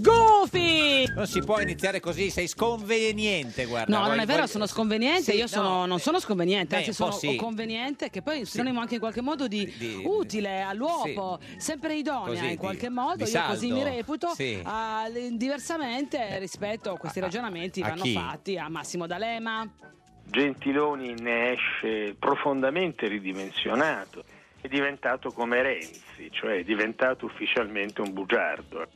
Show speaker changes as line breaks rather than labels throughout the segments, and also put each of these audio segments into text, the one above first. Goofy!
Non si può iniziare così, sei sconveniente, guarda.
No, non
Vuoi-
è vero,
vuoi-
sono sconveniente,
Sì,
io sono-
no,
non sono sconveniente,
beh,
anzi
un po'
sono
sì.
conveniente, che poi è un sinonimo anche in qualche modo di,
Di-
utile all'uopo, sempre idonea
Così,
in
di-
qualche modo,
di
io così
saldo.
mi reputo,
Sì.
ah, diversamente rispetto a questi ragionamenti
a
vanno
chi?
fatti a Massimo D'Alema.
Gentiloni ne esce profondamente ridimensionato, è diventato come Renzi, cioè è diventato ufficialmente un bugiardo.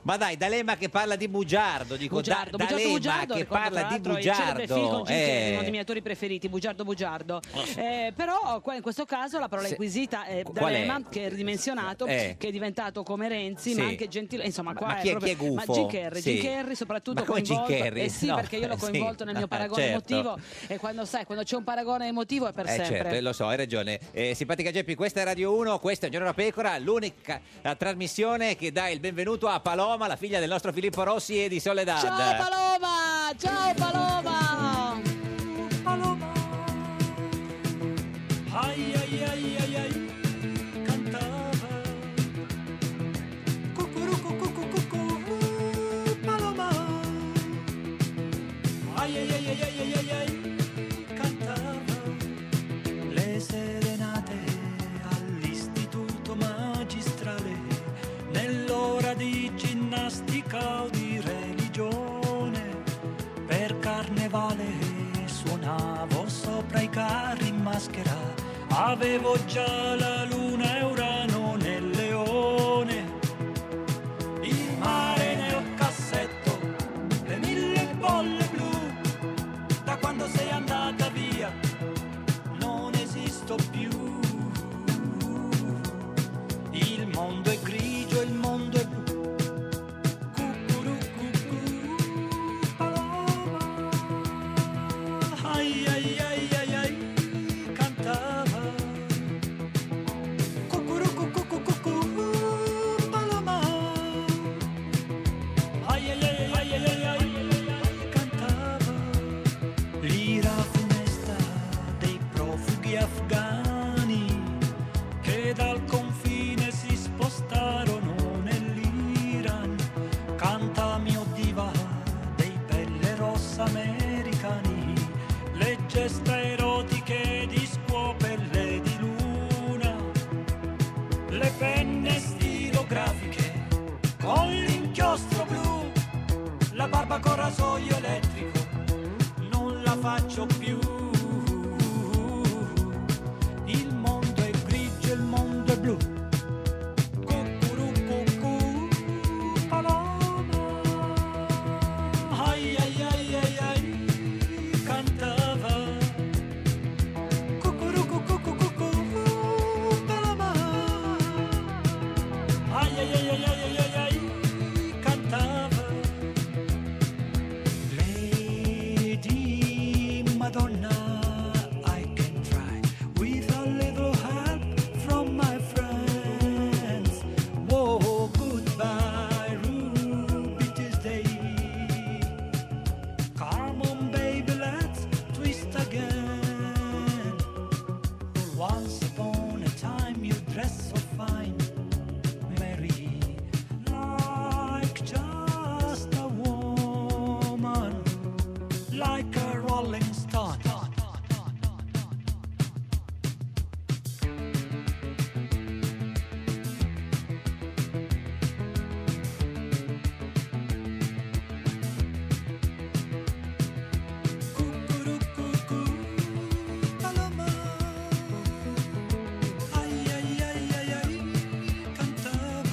Ma dai, D'Alema che parla di bugiardo, dico
Bugiardo,
da-
Bugiardo,
D'Alema
Bugiardo,
che
ricordo,
parla
tra
di
l'altro, il celebre film
bugiardo.
con Jim Carrey, uno dei
eh.
miei attori preferiti, Bugiardo Bugiardo.
Oh, sì.
Eh, però qua- in questo caso la parola
Se-
inquisita è
qu- qual è?
D'Alema, che è ridimensionato,
Eh.
che è diventato come Renzi,
Sì.
ma anche gentile. Insomma,
Ma-
qua
ma
è
chi è-
proprio-
chi è gufo?
Ma Jim Carrey,
Sì.
Jim Carrey soprattutto
Ma come Jim
coinvolto.
Carrey?
Eh sì,
No,
perché io l'ho
eh, sì.
coinvolto nel mio
Ah,
paragone
certo.
emotivo. E quando sai, quando c'è un paragone emotivo è per
Eh
sempre.
certo, eh, lo so, hai ragione. Eh, simpatica Geppi, questa è Radio 1, questa è Un Giorno da Pecora, l'unica eh, trasmissione che dà il benvenuto a Paloma, la figlia del nostro Filippo Rossi e di Soledad.
Ciao Paloma! Ciao Paloma!
Paloma. Ay, ay, ay, ay, ay, cantaba. Cucurucu, cucu, cucu, paloma. Ay, ay, ay, ay, ay, ay, ay, ay, cantava. Le serenate all'istituto magistrale, nell'ora di ginnastica o di religione, per carnevale suonavo sopra i carri in maschera. Avevo già la luna e Urano nel leone, il mare nel cassetto, le mille bolle blu. Da quando sei andata via non esisto più. Il mondo è grigio, il mondo è blu. Ai ai ai ai ai cantava Cucurucu cucu cucu paloma Ai ai ai ai ai ai ai cantava L'ira funesta dei profughi afghani che dal confine si spostarono nell'Iran Canta mio diva dei pelle rossa americani le gesta erotiche di scuopelle di luna, le penne stilografiche con l'inchiostro blu, la barba con rasoio elettrico, non la faccio più. Il mondo è grigio, il mondo è blu. Cucurucucù, paloma. Ai ai ai ai ai cantava Cucurucu cucu cucu paloma Ai ai ai ai ai ai ai ai cantava Lady Madonna I can try with a little help from my friends Whoa goodbye Ruby Tuesday Come on, baby, let's twist again. Once upon a time, you dressed so fine, Mary, like just a woman, like a rolling stone. Paloma. Ay, ay, ay, ay, ay,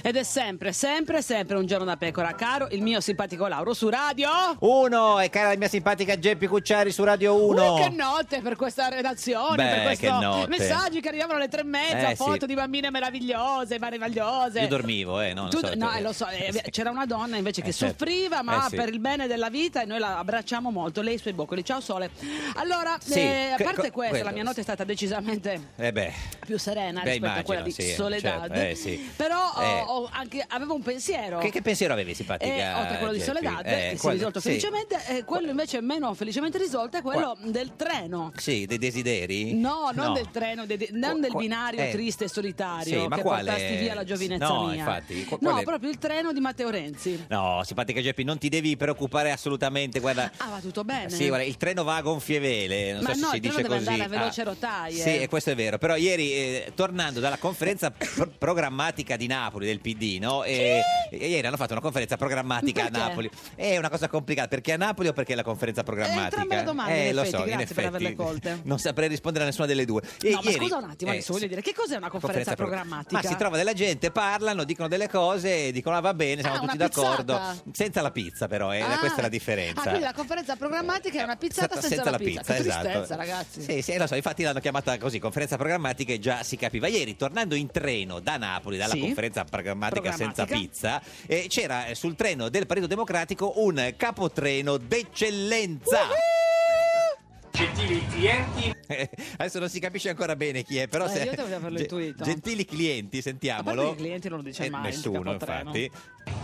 Ed è sempre, sempre, sempre un giorno da pecora, caro il mio simpatico Lauro su radio.
Uno, e cara la mia simpatica Geppi Cucciari su Radio 1.
Uh, che notte per questa redazione,
Beh,
per
che
questo
notte.
messaggi che arrivavano alle tre e mezza,
Eh, sì.
foto di bambine meravigliose, meravigliose.
Io dormivo, eh, no, non
Tu-
so-
no, eh, lo so, eh, c'era una donna invece che
Eh, certo.
soffriva, ma
Eh, sì.
per il bene della vita e noi la abbracciamo molto, lei e i suoi boccoli. Ciao Sole. Allora,
Sì,
eh, a
que-
parte
co-
questo,
quello.
la mia notte è stata decisamente
Eh beh.
più serena
Beh,
rispetto a quella di
immagino, sì,
Soledad.
certo, eh, sì.
Però ho-
Eh.
ho anche- avevo un pensiero.
Che, che pensiero avevi, simpatica?
Eh, oltre a quello di
Geppi?
Soledad,
Eh,
che si è
quello-
risolto
sì.
felicemente, eh, quello invece meno felicemente risolto è quello del treno.
Sì, dei desideri?
No, non del treno, de- de- non
Qua-
del
qua-
binario
eh.
triste e solitario
Sì, ma
che
quale-
portasti via la giovinezza
no,
mia.
infatti, qu-
no,
quale-
proprio il treno di Matteo Renzi.
No, simpatica Geppi, non ti devi preoccupare assolutamente, guarda.
Ah, va tutto bene.
Sì, guarda, il treno va a gonfie vele, non
Ma
so
no,
se si
il treno
dice
deve
così. Ah,
andare a veloce rotaie.
Sì, e questo è vero. Però ieri, eh, tornando dalla conferenza pro- programmatica di Napoli, del PD, no? E, e ieri hanno fatto una conferenza programmatica
Perché?
a Napoli. È una cosa complicata, perché a Napoli o perché la conferenza programmatica?
entrambe le domande,
Eh,
in
lo
effetti,
so, in
grazie per
effetti.
averle colte.
Non saprei rispondere a nessuna delle due. E
no, ma
ieri-
scusa un attimo,
eh,
adesso voglio
sì. Ah,
dire, che cos'è una conferenza,
progra-
programmatica?
Ma si trova della gente, parlano, dicono delle cose, dicono ah, va bene, siamo
Ah,
tutti
una pizzata.
d'accordo. Senza la pizza, però, eh,
Ah.
questa è la
Ah,
differenza.
quindi la conferenza programmatica è una pizzata senza, la pizza. che
esatto.
tristezza, ragazzi.
Sì, sì, lo so, infatti l'hanno chiamata così, conferenza programmatica e già si capiva. Ieri, tornando in treno da Napoli, dalla
Sì.
conferenza programmatica, senza
Programmatica.
pizza, eh, c'era eh, sul treno del Partito Democratico un capotreno d'eccellenza.
Gentili clienti,
Eh, Adesso non si capisce ancora bene chi è, però
Eh,
se...
io devo averlo
Ge-
intuito.
Gentili clienti,
A
sentiamolo.
parte che i clienti non lo dice
Eh,
mai, il
Nessuno,
capotreno.
infatti.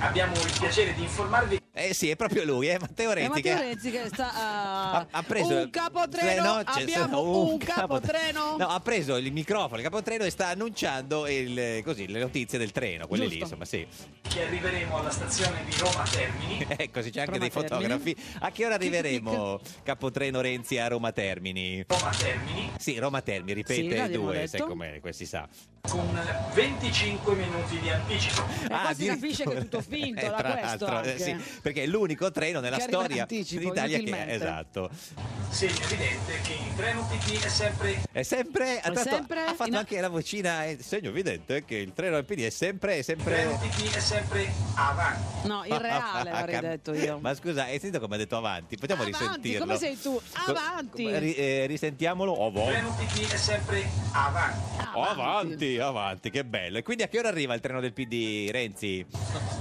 abbiamo il piacere di informarvi
Eh sì, è proprio lui, è Matteo
E
Renzi.
Matteo
che-
Renzi che sta ah,
ha, ha preso
un capotreno,
No, c'è-
abbiamo
no,
un capotreno.
No, ha preso il microfono, il capotreno e sta annunciando il- così, le notizie del treno, quelle lì,
Giusto.
insomma, sì.
che arriveremo alla stazione di Roma Termini.
Ecco, sì, c'è anche
Roma
dei fotografi. A che ora
Tic, tic.
arriveremo? Capotreno Renzi a Roma Termini.
Roma Termini
Sì, Roma Termini,
Sì,
ripete
l'abbiamo
due,
detto.
sai com'è, questi sa.
con 25 minuti di anticipo.
E
Ah,
poi si capisce
addirittura.
che è tutto finto
Eh,
da
tra
questo
l'altro, eh,
anche.
sì, perché è l'unico treno nella
Che arriva in
storia
anticipo,
d'Italia che è
inutilmente.
esatto.
Segno evidente che il treno PD è sempre
È sempre, ha, tratto-
sempre
ha fatto
in-
anche la vocina, eh, segno evidente che il treno del PD è sempre, è
il treno
sempre
PD è sempre avanti.
No,
Ah,
irreale avrei
Cam-
detto io.
Ma scusa, hai sentito come ha detto avanti? Potremmo
Avanti,
risentirlo.
come sei tu?
Co-
Avanti.
co- ri- eh, risentiamolo. Oh, boh.
Il treno PD è sempre avanti.
Ah,
Oh, avanti, avanti, che bello. E quindi a che ora arriva il treno del PD, Renzi?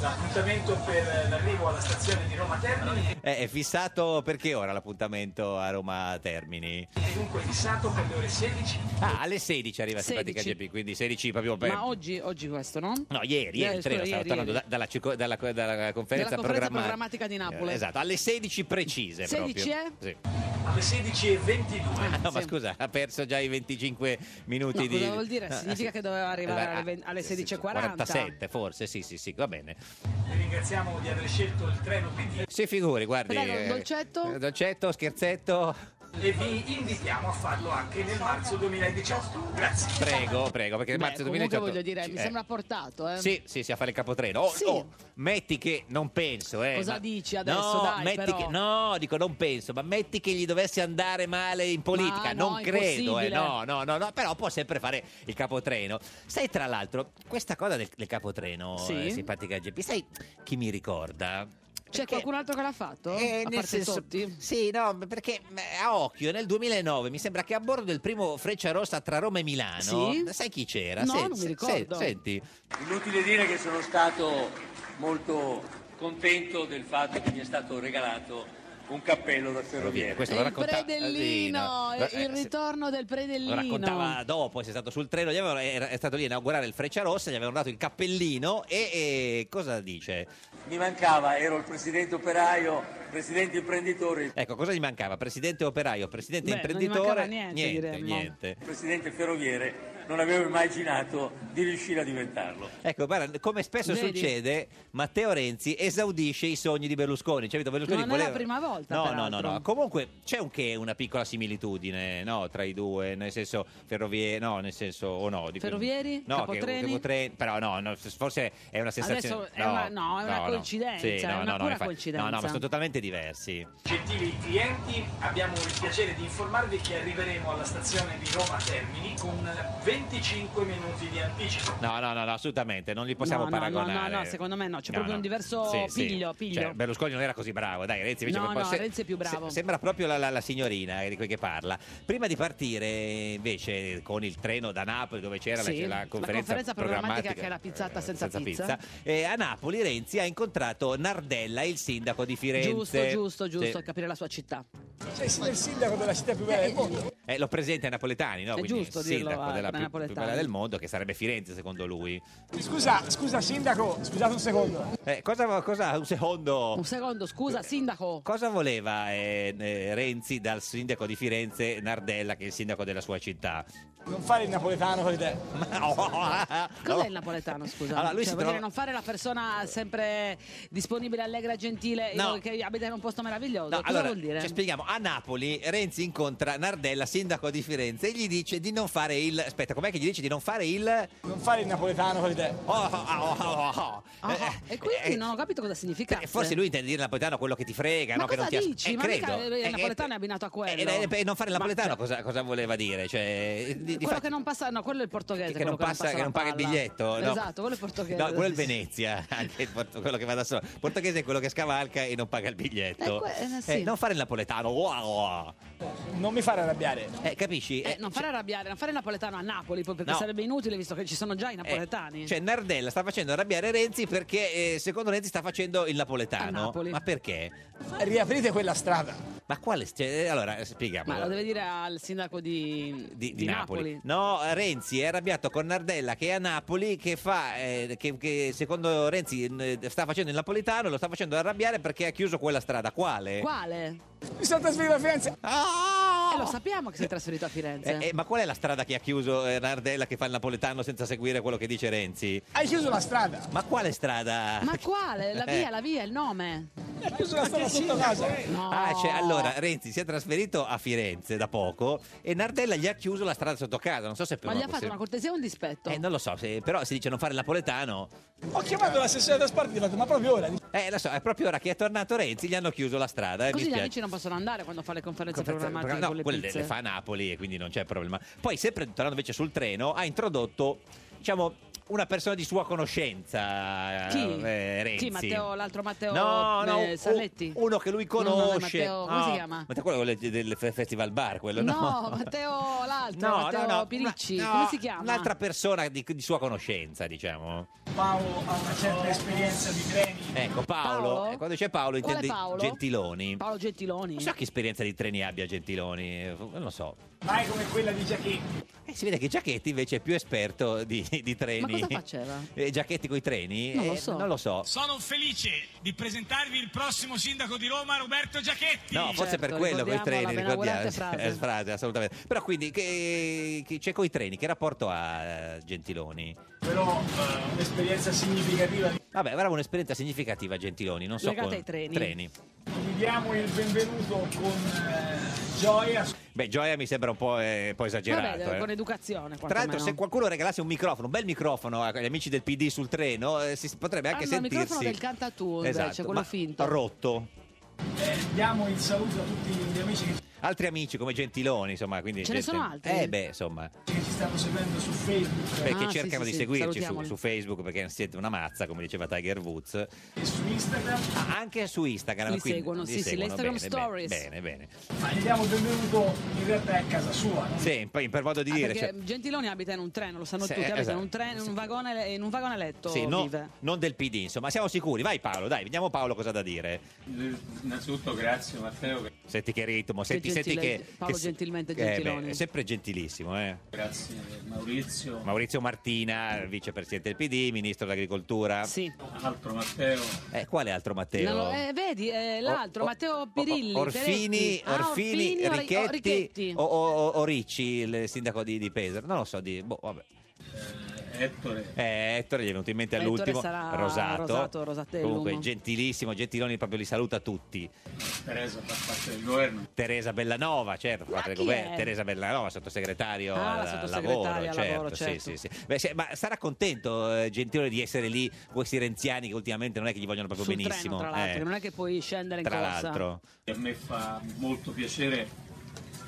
L'appuntamento per l'arrivo alla stazione di Roma Termini
Eh, è fissato per che ora l'appuntamento a Roma Termini?
è dunque fissato per le ore 16.
Ah, alle 16 arriva
16.
Simpatica GP, quindi 16 proprio per...
Ma oggi, oggi questo, no?
No, ieri, ieri
Eh,
il treno
scusa,
stava
ieri,
tornando
ieri.
da- dalla, circo- dalla- dalla conferenza,
Della conferenza
programma-
programmatica di Napoli.
Eh, Esatto, alle 16 precise
16,
proprio.
eh?
Sì.
Alle 16.22
Ah, no, ma
Sì.
scusa, ha perso già i 25 minuti
No,
di...
cosa vuol dire?
Ah,
Significa
sì.
che doveva arrivare
Allora,
alle
ah,
ven- alle
sì, sì,
16:40.
47 forse, sì, sì, sì, va bene.
vi ringraziamo di aver scelto il treno PD
Si figuri, guardi.
Prego,
eh,
dolcetto?
eh, dolcetto, scherzetto.
e vi invitiamo a farlo anche nel marzo 2018. Grazie.
Prego, prego, perché
Beh,
marzo
comunque
2018...
voglio dire, mi
eh,
sembra portato, eh.
Sì, sì, sì, a fare il capotreno. Oh,
Sì.
oh, metti che non penso, eh.
Cosa
ma-
dici adesso,
No,
dai,
metti
però.
che no, dico non penso, ma metti che gli dovesse andare male in politica,
Ma no,
non credo, eh.
impossibile.
No, no, no, no, però può sempre fare il capotreno. Sai tra l'altro, questa cosa del, del capotreno,
Sì.
eh, simpatica GP, sai chi mi ricorda?
C'è
Perché-
qualcun altro che l'ha fatto?
eh,
a
nel
parte
senso-
Totti?
Sì, no, perché mh, Eh, a occhio nel 2009 mi sembra che a bordo del primo Freccia Rossa tra Roma e Milano,
Sì?
sai chi c'era?
No,
Se-
non mi
se-
ricordo.
se- senti,
Inutile dire che sono stato molto contento del fatto che mi è stato regalato un cappello da ferrovia.
questo lo
Il
raccontava
predellino,
Sì, no.
il
Eh, se-
ritorno del
Lo
predellino.
raccontava dopo, si è stato sul treno, gli avevano- era- è stato lì a inaugurare il Freccia Rossa, gli avevano dato il cappellino e, e cosa dice?
Mi mancava, ero il presidente operaio, presidente imprenditore,
Ecco, cosa gli mancava? Presidente operaio, presidente
Beh, non gli
imprenditore?
mancava niente,
niente,
diremmo.
niente.
presidente ferroviere, non avevo immaginato di riuscire a diventarlo.
Ecco, guarda, come spesso
Vedi?
succede, Matteo Renzi esaudisce i sogni di Berlusconi. Cioè, capito, Berlusconi
Non è la
voleva-
prima volta,
No, no,
peraltro.
no, no. Comunque c'è anche una piccola similitudine, no, tra i due, nel senso ferrovie, no, nel senso o no, dico-
Ferrovieri?
No,
Capotreni?
che, capotreni- però no, no, forse è una sensazione.
Adesso è una- no, è una coincidenza,
Sì, no,
è una
no, no,
pura
infatti-
coincidenza.
No, no, ma sono totalmente diversi.
Gentili clienti, abbiamo il piacere di informarvi che arriveremo alla stazione di Roma Termini con 25 minuti di anticipo.
No, no, no, no, assolutamente, non li possiamo
No, no, no,
paragonare.
no, no, secondo me no, c'è proprio un diverso piglio, piglio.
Cioè, Berlusconi non era così bravo, dai, Renzi invece
No,
proprio-
no, Renzi è più bravo.
sembra proprio la, la- la signorina eh, di cui che parla. Prima di partire, invece, con il treno da Napoli, dove c'era la-
Sì,
la,
la
conferenza,
conferenza programmatica
programmatica
che è la pizzata
eh,
senza pizza.
eh, a Napoli Renzi ha incontrato Nardella, il sindaco di Firenze.
Giusto, giusto,
Sì.
giusto, capire la sua città.
Sei il sindaco della città più bella del mondo.
Eh, lo presenta ai napoletani, no?
È
Quindi il
giusto dirlo
sindaco
ai
della più, più
napoletani.
bella del mondo, che sarebbe Firenze, secondo lui.
Scusa, scusa sindaco, scusate un secondo.
Eh, cosa, cosa- un secondo.
Un secondo, scusa, sindaco.
Cosa voleva eh, eh, Renzi dal sindaco di Firenze, Nardella, che è il sindaco della sua città?
Non fare il napoletano con te.
Cos'è il napoletano, scusa?
Allora, lui
Cioè,
si
vuol
trova-
dire non fare la persona sempre disponibile, allegra, gentile,
No.
e che abita in un posto meraviglioso.
No,
Cosa
allora, cioè,
vuol dire?
ci spieghiamo. A Napoli Renzi incontra Nardella, sindaco di Firenze, e gli dice di non fare il... Aspetta, com'è che gli dice di non fare il...
Non fare il napoletano con te.
Oh, oh, oh, oh, oh.
Ah,
Eh,
e quindi
eh,
non ho capito cosa significa.
eh, Forse lui intende dire napoletano quello che ti frega,
Ma
no? Che
cosa
non ti as-
dici?
Eh,
Ma
credo.
mica il
Eh, eh,
napoletano è abbinato a quello.
eh, eh, eh, non fare il
Ma- cioè
napoletano cosa, cosa voleva dire? Cioè, di- di
quello
fatto-
che non passa, no, quello è il portoghese.
che non
quello
passa, che
la
non paga il
palla.
biglietto. no.
Esatto, quello è il portoghese.
No, quello è il Venezia, anche il porto- quello che va da solo. Il portoghese è quello che scavalca e non paga il biglietto.
Eh, que- eh, sì.
non fare il napoletano, wow, wow.
Non mi fare arrabbiare.
Eh, capisci?
Eh, non fare arrabbiare, non fare il napoletano a Napoli, poi, perché
No.
sarebbe inutile visto che ci sono già i
cioè- eh,
napoletani.
cioè Nardella sta facendo arrabbiare Renzi perché eh, secondo Renzi sta facendo il
A
napoletano.
Napoli.
Ma perché?
Riaprite quella strada.
Ma quale? cioè, eh, allora spieghiamo.
Ma lo deve dire al sindaco di,
di, di
di
Napoli. No, eh, Renzi è arrabbiato con Nardella che è a Napoli che fa eh, che, che secondo Renzi eh, sta facendo il napoletano, lo sta facendo arrabbiare perché ha chiuso quella strada. Quale?
Quale?
Mi sono trasferito a Firenze.
Ah!
Eh, lo sappiamo che si è trasferito a Firenze.
Eh, eh, ma qual è la strada che ha chiuso eh, Nardella che fa il napoletano senza seguire quello che dice Renzi?
Hai chiuso la strada.
Ma quale strada?
Ah. Ma quale? La via,
Eh.
la via, il nome?
Hai chiuso la strada sotto casa.
No.
Ah, cioè, allora Renzi si è trasferito a Firenze da poco e Nardella gli ha chiuso la strada sotto casa. Non so se per
Ma gli ha fatto
possibile-
una cortesia o un dispetto?
Eh, non lo so, se- però si dice non fare il napoletano.
Ho chiamato l'assessore da Sparti e gli ho detto, ma proprio ora.
Eh, lo so, è proprio ora che è tornato Renzi, gli hanno chiuso la strada. eh,
Così
mi
gli
spiace.
amici non possono andare quando fa le conferenze
Conferenza-
programmate
no,
con le
quelle
pizze.
le fa a Napoli e quindi non c'è problema. Poi, sempre tornando invece sul treno, ha introdotto, diciamo, una persona di sua conoscenza.
Chi?
eh, Renzi.
Chi, Matteo- l'altro Matteo,
No, no,
eh,
u-
Salletti?
uno che lui
No, no, no,
conosce. Ah,
Matteo- come si chiama?
Matteo, quello del- del fe- Festival Bar, uh, quello no.
No, Matteo l'altro,
No,
Matteo
no, no,
Piricci,
una- no,
come si chiama?
Un'altra persona di, di sua conoscenza, diciamo.
Paolo ha una certa esperienza di treni.
Ecco, Paolo.
Paolo?
eh, Quando c'è Paolo
Quale
intende
Paolo?
Gentiloni.
Paolo Gentiloni.
Non so che esperienza di treni abbia Gentiloni, eh, non lo so.
Mai come quella di Giacchetti.
Eh, si vede che Giacchetti invece è più esperto di, di treni.
Ma cosa faceva?
Eh, Giacchetti coi treni?
Non lo
Eh,
so.
non lo so.
Sono felice di presentarvi il prossimo sindaco di Roma, Roberto Giachetti.
No, forse per quello coi
certo, ricordiamo
treni,
la benaugurante
ricordiamo.
frase.
Eh, frase, assolutamente. Però quindi, che, che c'è coi treni, che rapporto ha eh, Gentiloni?
Però eh, un'esperienza significativa.
Vabbè, avrà un'esperienza significativa Gentiloni, non so
Legata
con-
ai treni.
Gli diamo il benvenuto con eh, gioia.
Beh, Gioia mi sembra un po', eh, un po' esagerato.
Vabbè,
eh.
con educazione
Tra l'altro, se
quantomeno.
qualcuno regalasse un microfono, un bel microfono agli amici del PD sul treno, eh, si si potrebbe anche
Ah, no, il
sentirsi.
microfono del Cantatù, invece,
Esatto,
quello
ma
finto.
Rotto.
Eh, diamo il saluto a tutti gli amici che
altri amici come Gentiloni, insomma, quindi
Ce ne
gente-
sono altri?
Eh beh, insomma,
che ci stanno seguendo su Facebook
perché
Ah, sì,
cercano
sì,
di
sì,
seguirci su,
salutiamoli.
su Facebook perché siete una mazza, come diceva Tiger Woods.
e su Instagram.
Ah, anche su Instagram,
Li
quindi
seguono,
li
sì, sì, le
seguono,
Instagram
bene,
Stories.
Bene, bene.
Ma gli diamo il benvenuto in realtà è a casa sua. non-
Sì, poi per modo di
Ah,
dire,
perché
cioè,
Gentiloni abita in un treno, lo sanno
Sì,
tutti, abita
esatto.
in un treno, in un vagone, in un vagone a letto
sì, no-
vive.
non del PD, insomma, siamo sicuri. Vai Paolo, dai, vediamo Paolo cosa ha da dire.
Innanzitutto grazie Matteo,
Senti che ritmo, senti, senti
gentile-
che
Paolo
che-
gentilmente
eh, beh,
Gentiloni.
è sempre gentilissimo, eh.
grazie Maurizio,
Maurizio Martina, vicepresidente del PD, ministro dell'agricoltura.
Sì.
altro Matteo,
Eh, quale altro Matteo?
No, no, eh, vedi, eh, l'altro,
O- o-
Matteo Pirilli.
o- Orfini,
Peretti. Ah,
Orfini,
Ori- oh,
Richetti,
Richetti.
O, o- o- o Ricci, il sindaco di, di Pesaro. Non lo so, di, boh, vabbè.
eh,
Ettore.
Eh, Ettore gli è venuto in mente
Ettore
all'ultimo
sarà
Rosato,
Rosato, Rosatellum.
comunque gentilissimo Gentiloni proprio li saluta tutti
Teresa fa parte del governo.
Teresa Bellanova certo fa parte del
chi
governo.
è?
Teresa Bellanova sottosegretario
Ah, la
al
sottosegretaria al lavoro,
sì,
certo.
sì, sì. Beh, se- ma sarà contento eh, Gentiloni di essere lì con questi renziani che ultimamente non è che gli vogliono proprio
Sul
benissimo
treno, tra l'altro,
eh,
che non è che puoi scendere in
tra
corsa.
l'altro
A me fa molto piacere,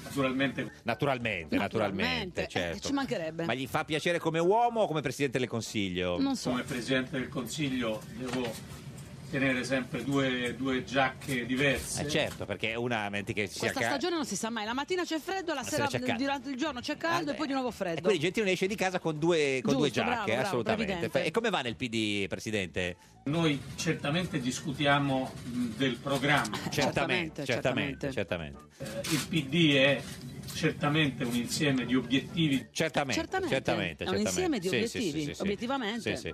naturalmente,
naturalmente naturalmente,
Naturalmente, eh,
certo.
ci mancherebbe.
ma gli fa piacere come uomo o come presidente del consiglio
Non so.
come Presidente del Consiglio, devo tenere sempre due, due giacche diverse.
Eh, certo perché una metti che sia
Questa
ca-
stagione non si sa mai, la mattina c'è freddo, la, sera,
sera c'è caldo.
durante il giorno c'è caldo e poi di nuovo freddo.
E quindi Gentiloni esce di casa con due, con
Giusto,
due giacche,
bravo, bravo,
assolutamente.
previdente.
E come va nel PD, Presidente?
Noi certamente discutiamo mh, del programma.
Ah, Certamente,
Certamente, certamente, certo.
certamente.
certamente.
Eh, il PD è certamente un insieme di obiettivi
Certamente,
Eh, Certamente.
certamente,
È un
certamente.
insieme di
Sì, sì,
obiettivi,
sì, sì, sì.
obiettivamente.
Sì, sì.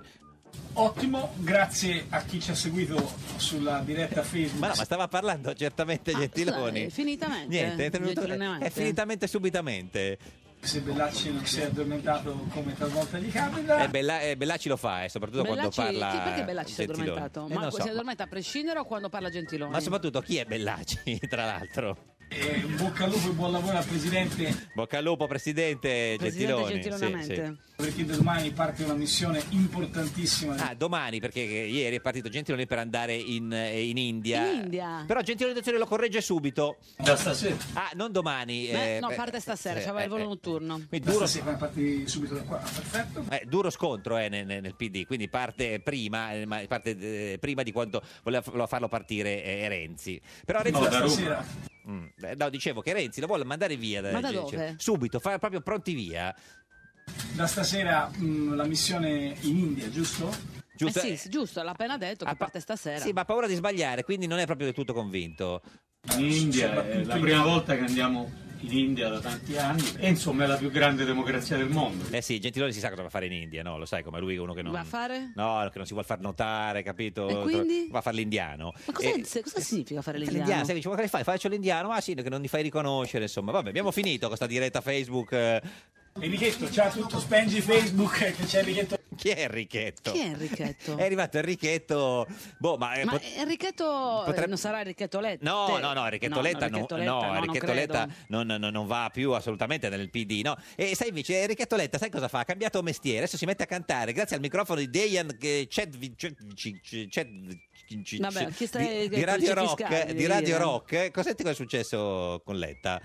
Ottimo, grazie a chi ci ha seguito sulla diretta Facebook.
Ma no, ma stava parlando certamente
Ah,
Gentiloni.
scusate, finitamente.
Niente, è, tenuto-
Gentilemente.
è finitamente subitamente.
Se Bellacci non si è addormentato come talvolta gli capita,
E Eh, Bella- e Bellacci lo fa, eh, soprattutto
Bellacci, Ah.
quando
chi-
parla.
perché Bellacci si è
Gentiloni.
addormentato?
Eh,
Ma
non so,
si addormenta a prescindere o quando parla Gentiloni?
ma soprattutto chi è Bellacci, tra l'altro?
eh, bocca al lupo e buon lavoro al Presidente
Bocca al lupo, Presidente,
Presidente
Gentiloni. Sì,
Gentilonamente.
sì.
perché da domani parte una missione importantissima.
Ah, domani, perché ieri è partito Gentiloni per andare in, eh, in India.
In India?
Però Gentiloni Dozzoli lo corregge subito.
da stasera.
Ah, non domani.
Beh,
eh,
no,
beh,
parte stasera,
eh,
c'aveva il volo
eh,
notturno.
Quindi
Duro.
duro,
Stasera parti subito da qua, perfetto.
eh, duro scontro eh, nel, nel PD, quindi parte prima, eh, ma parte, eh, prima di quanto voleva f- farlo partire eh, Renzi. Però Renzi
No,
lo-
da Roma.
Stasera
Mm, eh, no, dicevo che Renzi lo vuole mandare via.
Ma da
cioè,
dove?
Subito, fa proprio pronti via.
Da stasera mh, la missione in India, giusto?
Giusto?
Eh sì,
Eh,
sì, giusto, l'ha appena detto
ha
che
pa-
parte stasera.
Sì, ma ha paura di sbagliare, quindi non è proprio del tutto convinto.
In India è la prima volta che andiamo in India da tanti anni e insomma è la più grande democrazia del mondo.
Eh sì, Gentiloni si sa cosa va a fare in India, no? Lo sai come lui è uno che non
Va a fare?
No, che non si vuole far notare, capito?
E quindi?
Va a fare l'indiano.
Ma cosa,
E-
cosa significa fare
eh, L'indiano,
l'indiano?
sai, dice, ma che fai? Faccio l'indiano, ma sì, che non ti fai riconoscere, insomma. Vabbè, abbiamo finito con sta diretta Facebook. eh.
Enrichetto, ciao a tutto, spengi Facebook eh, che c'è Enrichetto.
Chi è Enrichetto?
Chi è Enrichetto?
È arrivato Enrichetto. Boh, ma. eh,
Ma
pot-
Enrichetto eh,
potrebbe-
non sarà Enrichetto Letta?
No, no, no, Enrichetto Letta non,
Enrichetto
no,
Letta, no, non
Enrichetto
credo.
Letta non, non- non va più assolutamente nel PD, no? E sai invece, Enrichetto Letta, sai cosa fa? Ha cambiato mestiere, adesso si mette a cantare grazie al microfono di Dejan eh, Cedvi- Cedvi- Cedvi- Cedvi-
Vabbè, chi stai-
di, di Radio Rock,
crucificando,
di Radio
dire.
Rock. Eh, Cosa senti cosa è successo con Letta?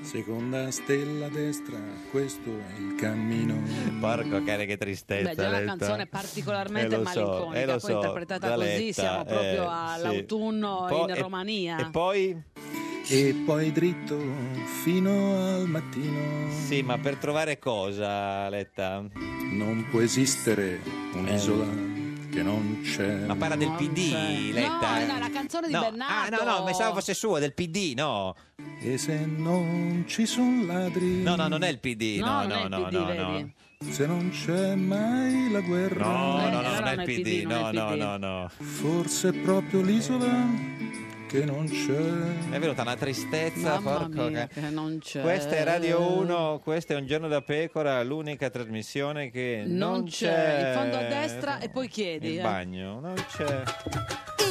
Seconda stella a destra, questo è il cammino.
Porco cane, che tristezza.
Beh, già una
Letta.
canzone particolarmente
Eh, lo so,
malinconica,
eh, lo
poi
so,
interpretata
da
così,
Letta,
siamo proprio
eh,
all'autunno
sì. Po-
in
e-
Romania.
E poi?
E poi dritto fino al mattino.
Sì, ma per trovare cosa, Letta?
Non può esistere un'isola che non c'è.
Eh. Ma parla del
Non
PD,
c'è.
Letta.
No, no, la canzone di
No,
Bernardo.
Ah, no, no, pensavo fosse sua, del PD, no.
E se non ci sono ladri.
No, no, non è il PD, no,
No, non è
no,
il
no,
PD,
no,
vedi?
no.
Se non c'è mai la guerra.
No,
Eh,
no, no,
allora
non è il PD, no,
non è il
no,
PD.
no, no.
Forse è proprio l'isola che non c'è.
È venuta una tristezza,
Mamma
porco
mia,
ca-
che non c'è.
Questa è Radio 1, questo è Un giorno da pecora, l'unica trasmissione che
Non
non,
c'è. In fondo a destra e poi chiedi,
Il
eh.
bagno, non c'è.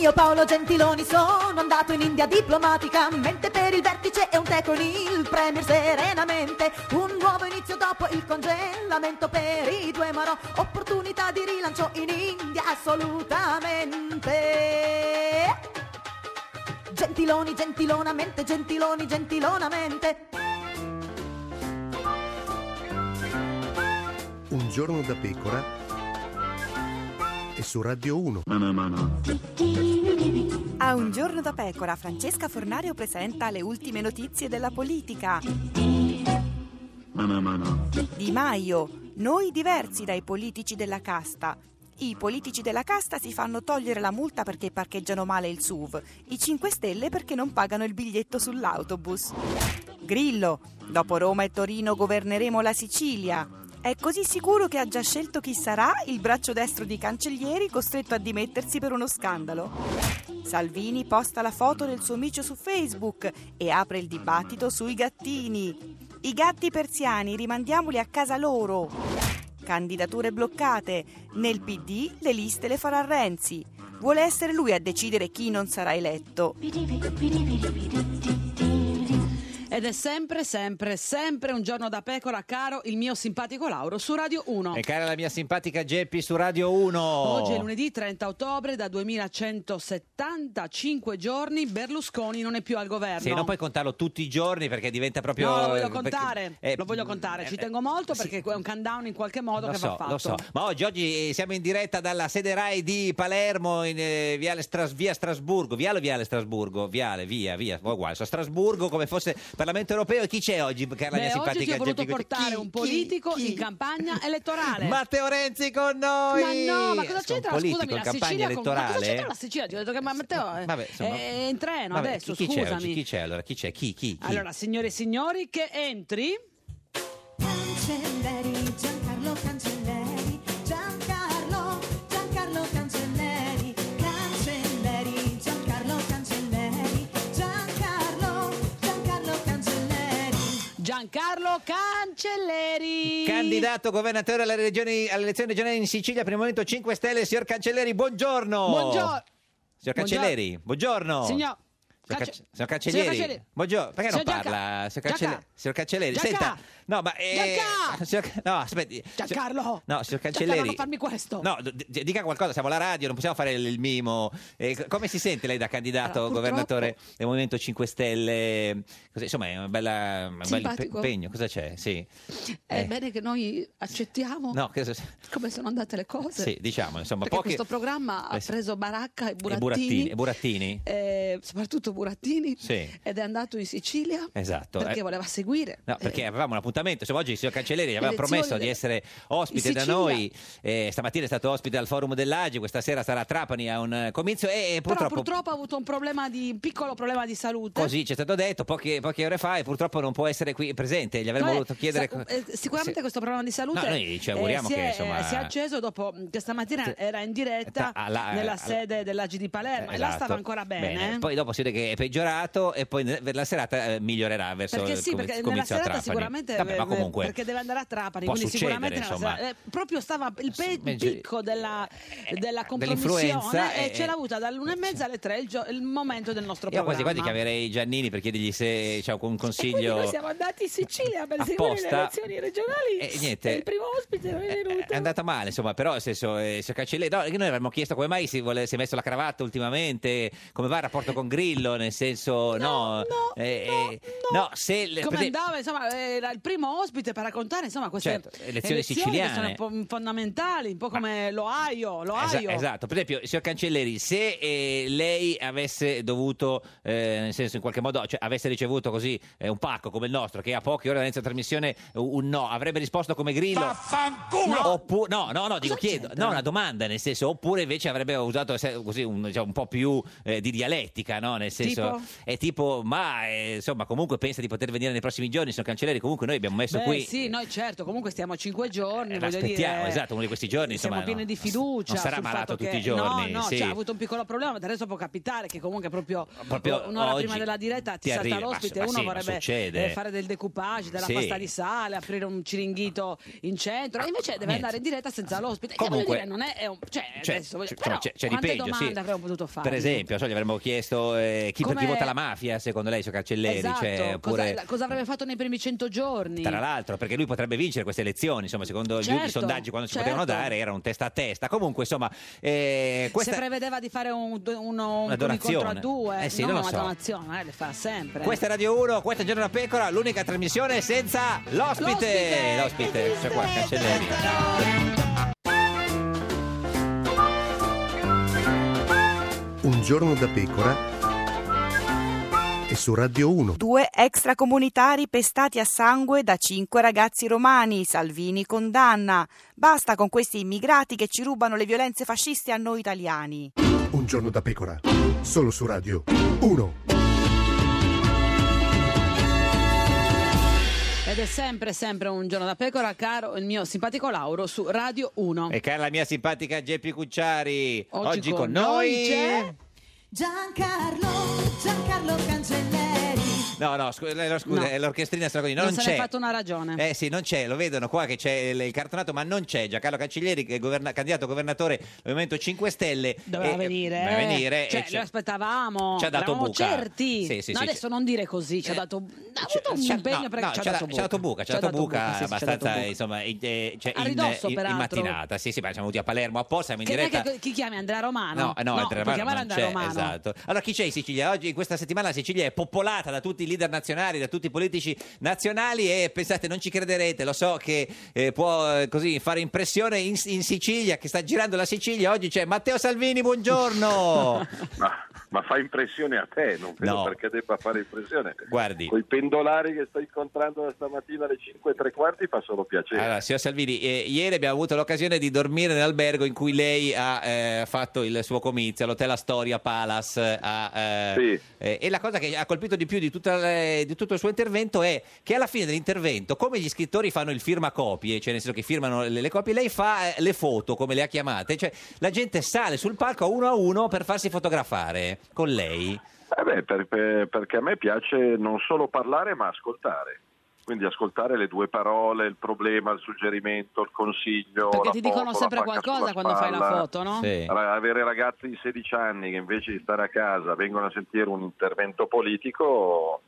Io Paolo Gentiloni sono andato in India diplomaticamente per il vertice e un tè con il premier serenamente. Un nuovo inizio dopo il congelamento per i due marò. Opportunità di rilancio in India assolutamente. Gentiloni, gentilonamente, gentiloni, gentilonamente.
Un giorno da pecora e su Radio 1.
A un giorno da pecora, Francesca Fornario presenta le ultime notizie della politica. Di Maio, noi diversi dai politici della casta. I politici della casta si fanno togliere la multa perché parcheggiano male il SUV, i 5 Stelle perché non pagano il biglietto sull'autobus. Grillo, dopo Roma e Torino governeremo la Sicilia. È così sicuro che ha già scelto chi sarà il braccio destro di Cancellieri costretto a dimettersi per uno scandalo. Salvini posta la foto del suo micio su Facebook e apre il dibattito sui gattini. I gatti persiani rimandiamoli a casa loro. Candidature bloccate. Nel PD le liste le farà Renzi. Vuole essere lui a decidere chi non sarà eletto.
Ed è sempre, sempre, sempre un giorno da pecora, caro il mio simpatico Lauro su Radio 1.
E cara la mia simpatica Geppi su Radio 1.
Oggi è lunedì 30 ottobre, da 2175 giorni Berlusconi non è più al governo.
Sì, non puoi contarlo tutti i giorni perché diventa proprio...
No, lo voglio
perché-
contare,
eh,
lo voglio contare, ci tengo molto perché è un countdown in qualche modo
Lo
che va
so,
fatto.
lo so. Ma oggi, oggi eh, siamo in diretta dalla sede RAI di Palermo, in eh, viale Stras- via Strasburgo. Viale o viale Strasburgo? Viale, via, via. Oh, uguale. So, Strasburgo come fosse Parlamento europeo. E chi c'è oggi, cara la
Beh,
mia simpatica
oggi ti ho voluto
Geppi Cucci?
portare un politico in campagna elettorale.
Matteo Renzi con noi!
Ma no, ma cosa
Scusa, un
c'entra?
politico
Scusami,
in
la
campagna
Sicilia con ma cosa
elettorale?
c'entra la Sicilia? Ti ho detto che ma Matteo eh,
Vabbè, insomma.
è in treno
Vabbè,
adesso,
chi, chi c'è oggi?
scusami.
Chi c'è allora? Chi c'è? Chi? Chi? chi?
Allora, signore e signori, che entri.
Cancelleri, Giancarlo Cancelleri, Giancarlo, Giancarlo Cancelleri, Cancelleri, Giancarlo Cancelleri, Giancarlo, Giancarlo Cancelleri.
Giancarlo Cancelleri.
Candidato governatore alle, regioni, alle elezioni regionali in Sicilia per il Movimento 5 Stelle, signor Cancelleri, buongiorno!
Buongiorno.
Signor Cancelleri, buongiorno!
Signor
Signor,
Cance-
Cance- signor Cancelleri,
Signor Cancelleri.
buongiorno, perché non
Signor Gianca-
parla? Signor,
Gianca.
Cancelle- signor Cancelleri,
Gianca.
senta, no, ma eh, signor- no, aspetti,
Giancarlo.
no, signor
Giancarlo, non
Cancelleri,
farmi questo.
no, d- d- dica qualcosa, siamo alla radio, non possiamo fare il, il mimo. Eh, c- come si sente lei da candidato
Allora, purtroppo-
governatore del Movimento 5 Stelle? Così, insomma, è una bella- un bel impe-
Simpatico. Eh,
impegno, cosa c'è? Sì. Eh,
È bene che noi accettiamo
No, che-
come sono andate le cose.
sì, diciamo, insomma,
Perché
pochi
questo programma ha
Eh sì.
preso Baracca e
e
Burattini,
burattini, e burattini.
eh, soprattutto Burattini,
Sì.
ed è andato in Sicilia
Esatto,
perché eh,
eh.
voleva seguire.
No, perché avevamo un appuntamento. Insomma, oggi il signor Cancelleri aveva
Elezioni
promesso
del-
di essere ospite
in
da
Sicilia.
noi. Eh, stamattina è stato ospite al forum dell'Agi, questa sera sarà a Trapani a un eh, comizio. E, e
Però
purtroppo,
purtroppo ha avuto un problema di un piccolo problema di salute.
così ci è stato detto poche, poche ore fa, e purtroppo non può essere qui presente. Gli avremmo
No, eh,
voluto chiedere.
sa-
co-
eh, sicuramente
se-
questo problema di salute eh,
No, noi ci auguriamo
si,
che,
è,
insomma-
si è acceso dopo mh, che stamattina era in diretta
Ta- alla- eh,
nella
alla-
sede dell'AG di Palermo e là
Esatto.
stava ancora bene, eh.
Poi dopo si vede che è peggiorato e poi ne- per la serata eh, migliorerà verso
perché
il
sì,
comi-
perché
comizio
nella
a
serata
Trapani.
sicuramente
Vabbè, ma
eh,
comunque
perché deve andare a Trapani
può
quindi
succedere,
sicuramente nella
insomma.
serata- eh, proprio stava il, pe- il
Beh, gi-
picco della, della
dell'influenza
compromissione e,
e-
ce l'ha avuta dall'una e mezza alle tre il, gio- il momento del nostro
Io
programma
quasi quasi chiamerei Giannini per chiedergli se c'è un
Quindi
consiglio.
noi siamo andati in Sicilia per seguire le
Apposta.
elezioni regionali
E niente. Eh,
il primo ospite non è venuto.
È andata male, insomma, però nel senso, eh, signor Cancelleri, no, noi avevamo chiesto come mai si, vuole- si è messo la cravatta ultimamente, come va il rapporto con Grillo, nel senso, no, eh, eh, no, se le-
come
per esempio-
andava insomma era il primo ospite per raccontare insomma queste
Certo, elezioni
che
siciliane.
sono un po' fondamentali un po' come l'Ohio l'Ohio
Esa- esatto, per esempio, signor Cancelleri, se eh, lei avesse dovuto, eh, nel senso in qualche modo, cioè, avesse ricevuto così eh, un pacco come il nostro, che a poche ore dall'inizio della trasmissione un no, avrebbe risposto come Grillo. No, oppu- no, no, no, dico, chiedo, no, una domanda, nel senso, oppure invece avrebbe usato se- così un, diciamo, un po' più eh, di dialettica, no? Nel senso,
Tipo?
è tipo, ma eh, insomma, comunque pensa di poter venire nei prossimi giorni, signor Cancelleri, comunque noi abbiamo messo
Beh,
qui...
sì, noi certo, comunque stiamo cinque giorni, Eh, voglio
Eh, Aspettiamo,
dire,
esatto, uno di questi giorni,
siamo
insomma,
pieni
no,
di fiducia.
non sarà
sul
malato
fatto
tutti
che-
i giorni,
No, no,
sì.
cioè, ha avuto un piccolo problema, ma adesso può capitare che comunque proprio,
Proprio
un'ora
oggi
prima della diretta ti,
ti
salta
arriva, ma
l'ospite,
su- ma
uno
sì, ma
vorrebbe
succede.
eh, fare del decoupage, della
Sì.
pasta di sale, aprire un ciringhito in centro, e invece deve
Niente.
andare in diretta senza l'ospite.
Comunque-
che voglio dire, non è, è un, cioè,
Cioè,
adesso, voglio-
cioè,
però,
c'è- c'è di
quante
peggio, sì.
domande avremmo potuto fare?
Per esempio, so, gli avremmo chiesto eh, chi, per chi
Come-
vota la mafia, secondo lei, signor Cancelleri,
Esatto,
cioè, oppure...
cosa, cosa avrebbe fatto nei primi cento giorni?
Tra l'altro, perché lui potrebbe vincere queste elezioni, insomma, secondo gli
Certo,
ultimi sondaggi quando si
certo.
potevano dare era un testa a testa. Comunque, insomma, eh, questa...
Se prevedeva di fare un, uno, un
Una donazione.
incontro a due,
Eh sì,
no,
non lo
una
so.
donazione, eh, le fa sempre.
Questa è Radio 1, questa è Giorno da Pecora, l'unica trasmissione senza l'ospite. L'ospite, c'è qua, Cancelleri.
Un giorno da pecora e su Radio 1.
Due extracomunitari pestati a sangue da cinque ragazzi romani. Salvini condanna. Basta con questi immigrati che ci rubano le violenze fasciste a noi italiani.
Un giorno da pecora, solo su Radio 1.
Ed è sempre, sempre un giorno da pecora, caro il mio simpatico Lauro su Radio 1.
E cara la mia simpatica Geppi Cucciari, oggi,
Oggi
con,
con
noi
noi c'è-
Giancarlo, Giancarlo Cancelleri,
No, no, scu- eh, no, scusa,
No.
è l'orchestrina Stragoni.
non,
Non,
se n'è
c'è.
fatto una ragione.
Eh sì, non c'è, lo vedono qua che c'è il il cartonato, ma non c'è Giancarlo Cancellieri, che è governa- candidato governatore del Movimento 5 Stelle.
Doveva
e-
venire,
eh, doveva venire, e
cioè,
c'è-
lo aspettavamo,
ci ha dato
eravamo
buca.
certi.
Sì, sì,
No,
sì,
adesso non dire così, ci ha dato, ha avuto un impegno
no,
perché
no,
ci ha
c'ha
dato
da- c'ha dato buca, c'ha
Ci ha
dato buca
sì, sì, ci ha dato
abbastanza,
buca.
insomma, in, eh, cioè,
A
in-
ridosso,
in- in
peraltro.
mattinata. Sì, sì, ma siamo venuti a Palermo apposta, siamo in
Che non è
diretta.
che chi chiami Andrea Romano?
No, eh, no, Andrea
puoi
Romano
chiamare
non
Andrea
c'è,
Romano.
esatto. Allora chi c'è in Sicilia? Oggi questa settimana la Sicilia è popolata da tutti i leader nazionali, da tutti i politici nazionali e pensate non ci crederete, lo so che eh, può eh, così fare impressione in, in Sicilia che sta girando la Sicilia, oggi c'è Matteo Salvini, buongiorno.
Ma, ma fa impressione a te, non credo
No.
perché debba fare impressione.
Guardi.
Con i pendolari che sto incontrando da stamattina alle 5 e tre quarti fa solo piacere.
Allora, signor Salvini, eh, ieri abbiamo avuto l'occasione di dormire nell'albergo in cui lei ha eh, fatto il suo comizio all'Hotel Astoria Palace. eh, a, eh, eh, e la cosa che ha colpito di più di, tutta le- di tutto il suo intervento è che alla fine dell'intervento, come gli scrittori fanno il firmacopie, cioè nel senso che firmano le, le copie, lei fa eh, le foto, come le ha chiamate, cioè la gente sale sul palco a uno a uno per farsi fotografare con lei.
Eh beh, per- per- perché a me piace non solo parlare ma ascoltare. Quindi ascoltare le due parole, il problema, il suggerimento, il consiglio.
Perché
la
ti dicono
foto,
sempre
la pacca
qualcosa
sulla
quando fai la
spalla.
foto, no? Sì.
Ra- Avere ragazzi di 16 anni che invece di stare a casa vengono a sentire un intervento politico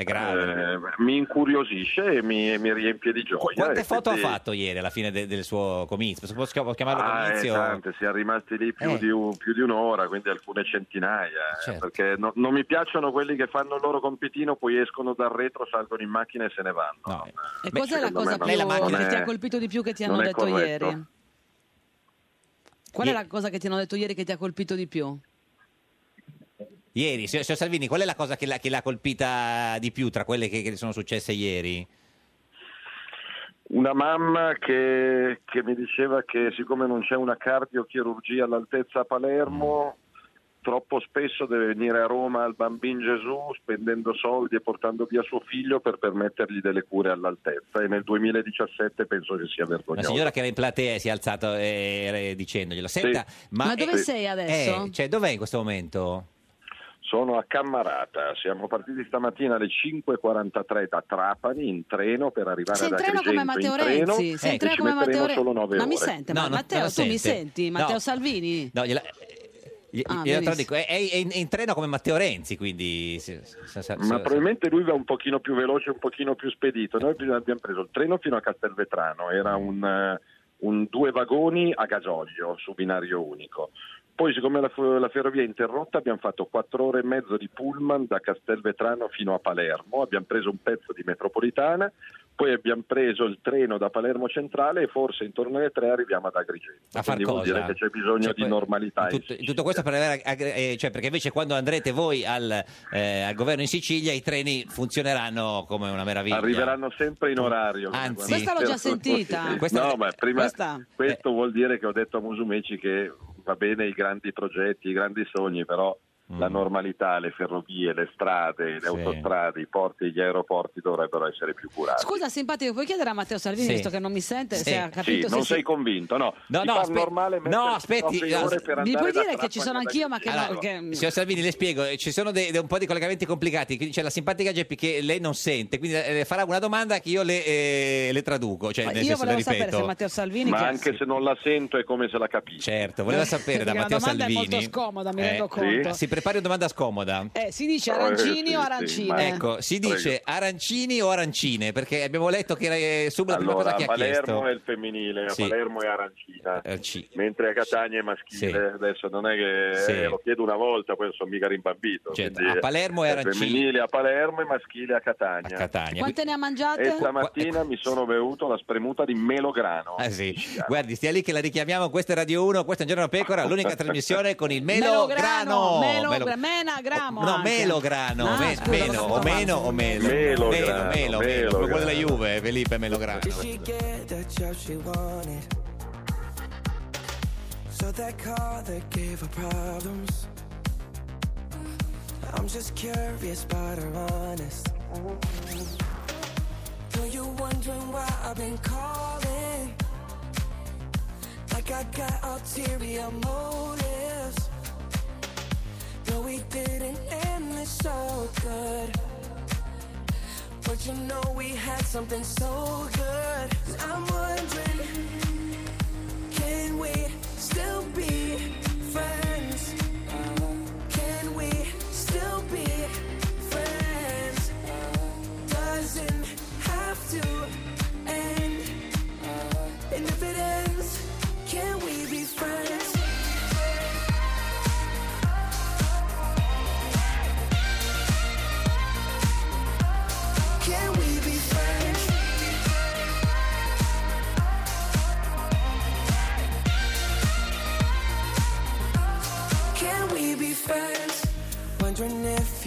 eh, mi incuriosisce e mi, e mi riempie di gioia.
Quante
E
foto ha
quindi-
fatto ieri alla fine de- del suo comizio? Posso chiam- chiamarlo
Ah, eh,
comizio?
tante, siamo rimasti lì più,
Eh.
di, un- più di un'ora, quindi alcune centinaia, eh,
Certo.
perché no- non mi piacciono quelli che fanno il loro compitino, poi escono dal retro, salgono in macchina e se ne vanno. Eh,
E cos'è la
secondo
cosa
me
più
non- non
eh. che
è- eh.
ti ha colpito di più che ti hanno
non è
detto
corretto.
ieri? Qual è la cosa che ti hanno detto ieri che ti ha colpito di più?
Ieri, signor, signor Salvini, qual è la cosa che l'ha, che l'ha colpita di più tra quelle che, che sono successe ieri?
Una mamma che, che mi diceva che siccome non c'è una cardiochirurgia all'altezza a Palermo, troppo spesso deve venire a Roma al bambino Gesù spendendo soldi e portando via suo figlio per permettergli delle cure all'altezza e nel 2017 penso che sia
Una
vergognoso.
signora che era in platea e si è alzata eh, dicendoglielo. Senta, ma,
Ma dove
eh,
sei adesso?
eh, cioè, dov'è in questo momento?
Sono a Cammarata, siamo partiti stamattina alle 5.43 da Trapani in treno per arrivare
Sei in
ad
treno come
Agrigento
Matteo
in treno
Renzi, sei in
Eh,
e
treno
ci
come
metteremo
Matteo Renzi.
solo 9
Ma
ore.
mi sente, ma
No, non-
Matteo,
non
tu mi
sente.
senti?
No.
Matteo Salvini?
No, gliela- gli-
Ah,
glielo
benissimo.
dico, è, è in, è in treno come Matteo Renzi, quindi... si- si- si- si-
Ma probabilmente lui va un pochino più veloce, un pochino più spedito. Noi prima abbiamo preso il treno fino a Castelvetrano, era
Mm.
un, eh, un due vagoni a gasolio su binario unico. Poi, siccome la, fu- la ferrovia è interrotta, abbiamo fatto quattro ore e mezzo di pullman da Castelvetrano fino a Palermo. Abbiamo preso un pezzo di metropolitana, poi abbiamo preso il treno da Palermo Centrale e forse intorno alle tre arriviamo ad Agrigento.
A far
Quindi vuol
cosa?
dire che c'è bisogno
Cioè,
di
poi-
normalità. in
tutto, tutto questo per avere, aggre- eh, cioè, perché invece quando andrete voi al, eh, al governo in Sicilia i treni funzioneranno come una meraviglia.
Arriveranno sempre in orario. come
Anzi,
quando-
Questa l'ho già sentita.
Questa-
no, ma prima
questa-
questo vuol dire che ho detto a Musumeci che va bene i grandi progetti, i grandi sogni, però
Mm.
la normalità, le ferrovie, le strade, le autostrade, i porti, gli aeroporti dovrebbero essere più curati.
Scusa, simpatico, puoi chiedere a Matteo Salvini,
Sì.
visto che non mi sente,
Sì.
se ha capito
Sì, non
se si-
sei convinto, no?
No,
Ti
no,
fa
aspe-
normale mettersi
no, aspetti,
troppe ore per
Mi
andare
puoi
da
dire che ci
Trapani
sono
ad
anch'io, ma che
Agrigento?
no. che-
Signor Salvini, le spiego, eh, ci sono dei- dei- un po' di collegamenti complicati. Quindi C'è la simpatica Geppi che lei non sente, quindi eh, le farà una domanda che io le, eh, le traduco. Cioè,
Ma
nel
io
senso, le
volevo sapere
ripeto.
se Matteo Salvini
Ma
che-
anche se non la sento è come se la capisco.
Certo, voleva sapere da
Perché la
Matteo
domanda è
Salvini. Eh,
molto scomoda, mi rendo conto.
Si prepari una domanda scomoda.
Eh, si dice arancini o arancine?
Ecco, si dice arancini o arancine? Perché abbiamo letto che era, eh, subito la prima
Allora,
cosa
a
che ha
Palermo è
chiesto.
il femminile, a
Sì. Eh,
Palermo è arancina, mentre a Catania è maschile. Adesso non è che
Sì.
eh, lo chiedo una volta, poi non sono mica rimbambito.
Certo,
quindi
a Palermo è arancina.
femminile a Palermo e maschile a Catania.
Quante ne ha
E
mangiate?
stamattina mi sono bevuto la spremuta di melograno.
ecco. Ah, sì. Guardi, stia lì che la richiamiamo, questa è Radio 1, questa è Un Giorno da Pecora, l'unica trasmissione con il melograno.
Melo,
Melo- Oh,
menagramo.
No,
anche.
melograno,
Ah,
me-
scusa,
meno,
l'ho
o meno, o melo. Melo,
Melograno,
melo, melo,
melograno.
come quello della Juve, Felipe Melograno.
Did she get the job she wanted? So that car that gave her problems. I'm just curious but I'm honest. Though you're wondering why I've been calling. Like I got ulterior motives. Though we didn't end this so good.
But you know we had something so good. I'm wondering, can we still be friends? Can we still be friends? Doesn't have to end. And if it ends, can we be friends? Can we be friends? Can we be friends? Wondering if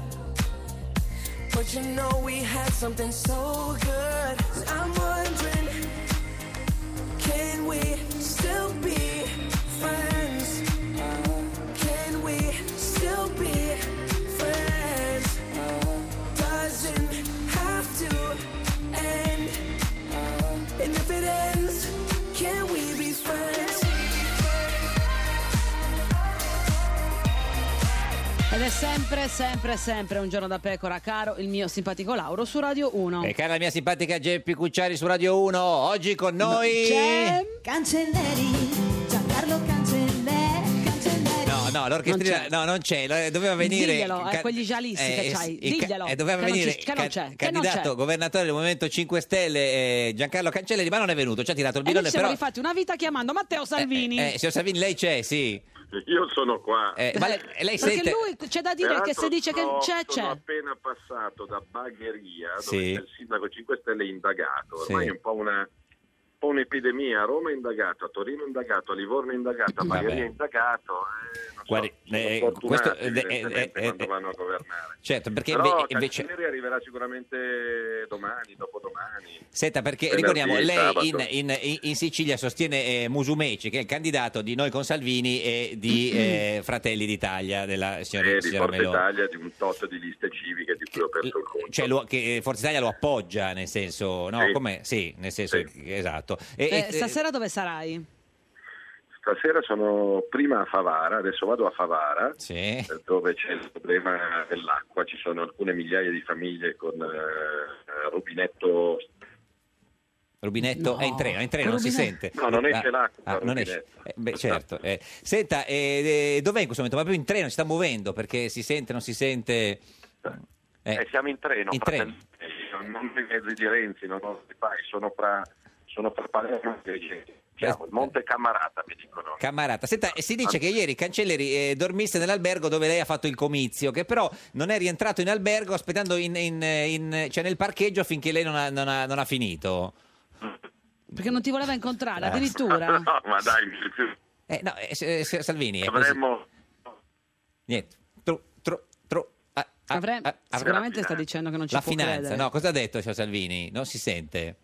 But you know we had something so good. I'm wondering, can we still be friends? Can we still be friends? Doesn't have to end. And if it ends, can we be friends?
Ed è sempre, sempre, sempre un giorno da pecora, caro il mio simpatico Lauro su Radio 1.
E cara la mia simpatica Geppi Cucciari su Radio 1, oggi con noi...
Cancelleri, Giancarlo Cancelleri, Cancelleri.
No, no, l'orchestrina no, non c'è, la- doveva venire
Diglielo, eh,
ca-
quegli giallisti che
eh,
c'hai,
il ca-
diglielo,
eh, doveva
che non
venire
ci- che non
ca-
c'è, che
candidato
non c'è.
governatore del Movimento 5 Stelle eh, Giancarlo Cancelleri, ma non è venuto, ci ha tirato
E
il
noi
bidone
ci
però
siamo rifatti una vita chiamando Matteo Salvini.
eh, signor Savini, lei c'è, sì.
Io sono qua.
Eh, ma lei, lei
Perché
sente
lui c'è da dire che se dice che cioè,
sono-
c'è,
Sono
c'è.
appena passato da Bagheria, dove
Sì.
c'è il sindaco 5 Stelle indagato.
Sì.
Ormai è un po' una un po' un'epidemia, a Roma è indagato, a Torino è indagato, a Livorno è indagato, a
Vabbè.
Bagheria è indagato,
Guardi, eh, questo
fortunati
eh, eh,
evidentemente
eh,
quando
eh,
vanno a governare.
certo, perché
Però
inve- invece
Cancelleri arriverà sicuramente domani, dopodomani.
Senta, perché
Venerdì,
ricordiamo, lei
sabato.
in, in- in- in Sicilia sostiene eh, Musumeci, che è il candidato di Noi con Salvini e di
Mm-hmm.
eh, Fratelli d'Italia, della signora,
Eh, di
signora
Forza
Meloni.
Italia, di un tot di liste civiche di cui ho perso il conto.
Cioè, lo- che eh, Forza Italia lo appoggia, nel senso, no?
Sì.
Come? Sì, nel senso, esatto. E-
Eh,
e-
stasera dove sarai?
Stasera sono prima a Favara, adesso vado a Favara, eh, dove c'è il problema dell'acqua, ci sono alcune migliaia di famiglie con eh, rubinetto...
Rubinetto è in treno, è in treno, non si
Rubinetto.
sente.
No, non esce
Ah,
l'acqua
ah,
dal
non esce.
rubinetto.
Eh, beh, certo. eh. Senta, eh, eh, dov'è in questo momento? Ma proprio in treno, si sta muovendo perché si sente, non si sente. Eh,
siamo in treno,
in treno.
fratelli, non i mezzi di Renzi, non ho fai, sono fra, sono fra Palermo e Agrigento. Siamo il Monte Camarata, mi dicono.
Camarata, senta, e si dice che ieri Cancelleri eh, dormisse nell'albergo dove lei ha fatto il comizio, che però non è rientrato in albergo aspettando in- in- in- cioè nel parcheggio finché lei non ha, non ha- non ha finito.
Perché non ti voleva incontrare,
Eh.
addirittura.
No, ma dai, mi-
Eh, no, eh, eh, eh, Salvini, è così.
avremmo...
Niente. Tru, tru, tru. Ah, ah,
Avrei-
ah, avrei-
sicuramente sta dicendo che non ci
La
può
finanza,
credere.
no, cosa ha detto signor Salvini? Non si sente.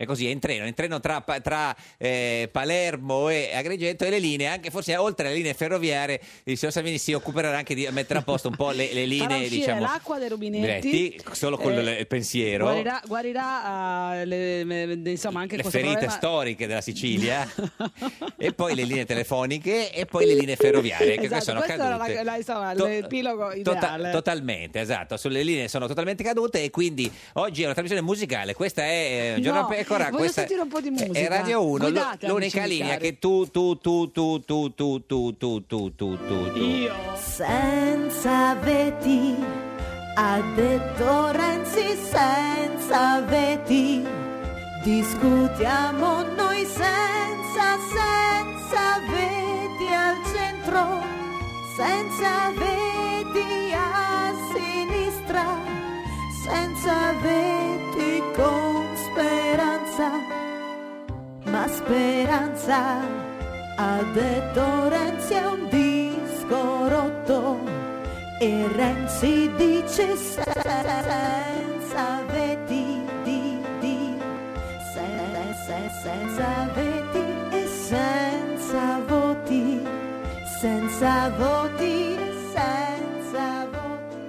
È così, è in treno, è in treno tra, Pa- tra, eh, Palermo e Agrigento e le linee, anche forse oltre alle linee ferroviarie, il signor Salvini si occuperà anche di mettere a posto un po' le,
Farà
le linee,
uscire
diciamo,
l'acqua dei rubinetti.
diretti, solo con
eh,
il- il pensiero,
Guarirà, guarirà, eh, le- le- insomma, anche
le
questo
ferite
problema.
storiche della Sicilia, eh? e poi le linee telefoniche e poi le linee ferroviarie, che
Esatto,
sono
questo era la-
cadute.
la- insomma,
To-
l'epilogo
Tota-
ideale.
totalmente, esatto, sulle linee sono totalmente cadute e quindi oggi è una trasmissione musicale, questa è eh, Giorno
No,
Pecora,
voglio
questa
sentire un po' di musica.
è Radio 1,
Guidate,
l'unica
amici
linea
cari.
che tu tu tu tu tu tu tu tu tu tu tu tu.
Senza veti, ha detto Renzi, senza veti, discutiamo noi senza, senza veti al centro, senza veti a sinistra, senza veti con speranza, ma speranza. Ha detto Renzi è un disco rotto e Renzi dice senza veti senza veti e senza voti, senza voti, senza voti.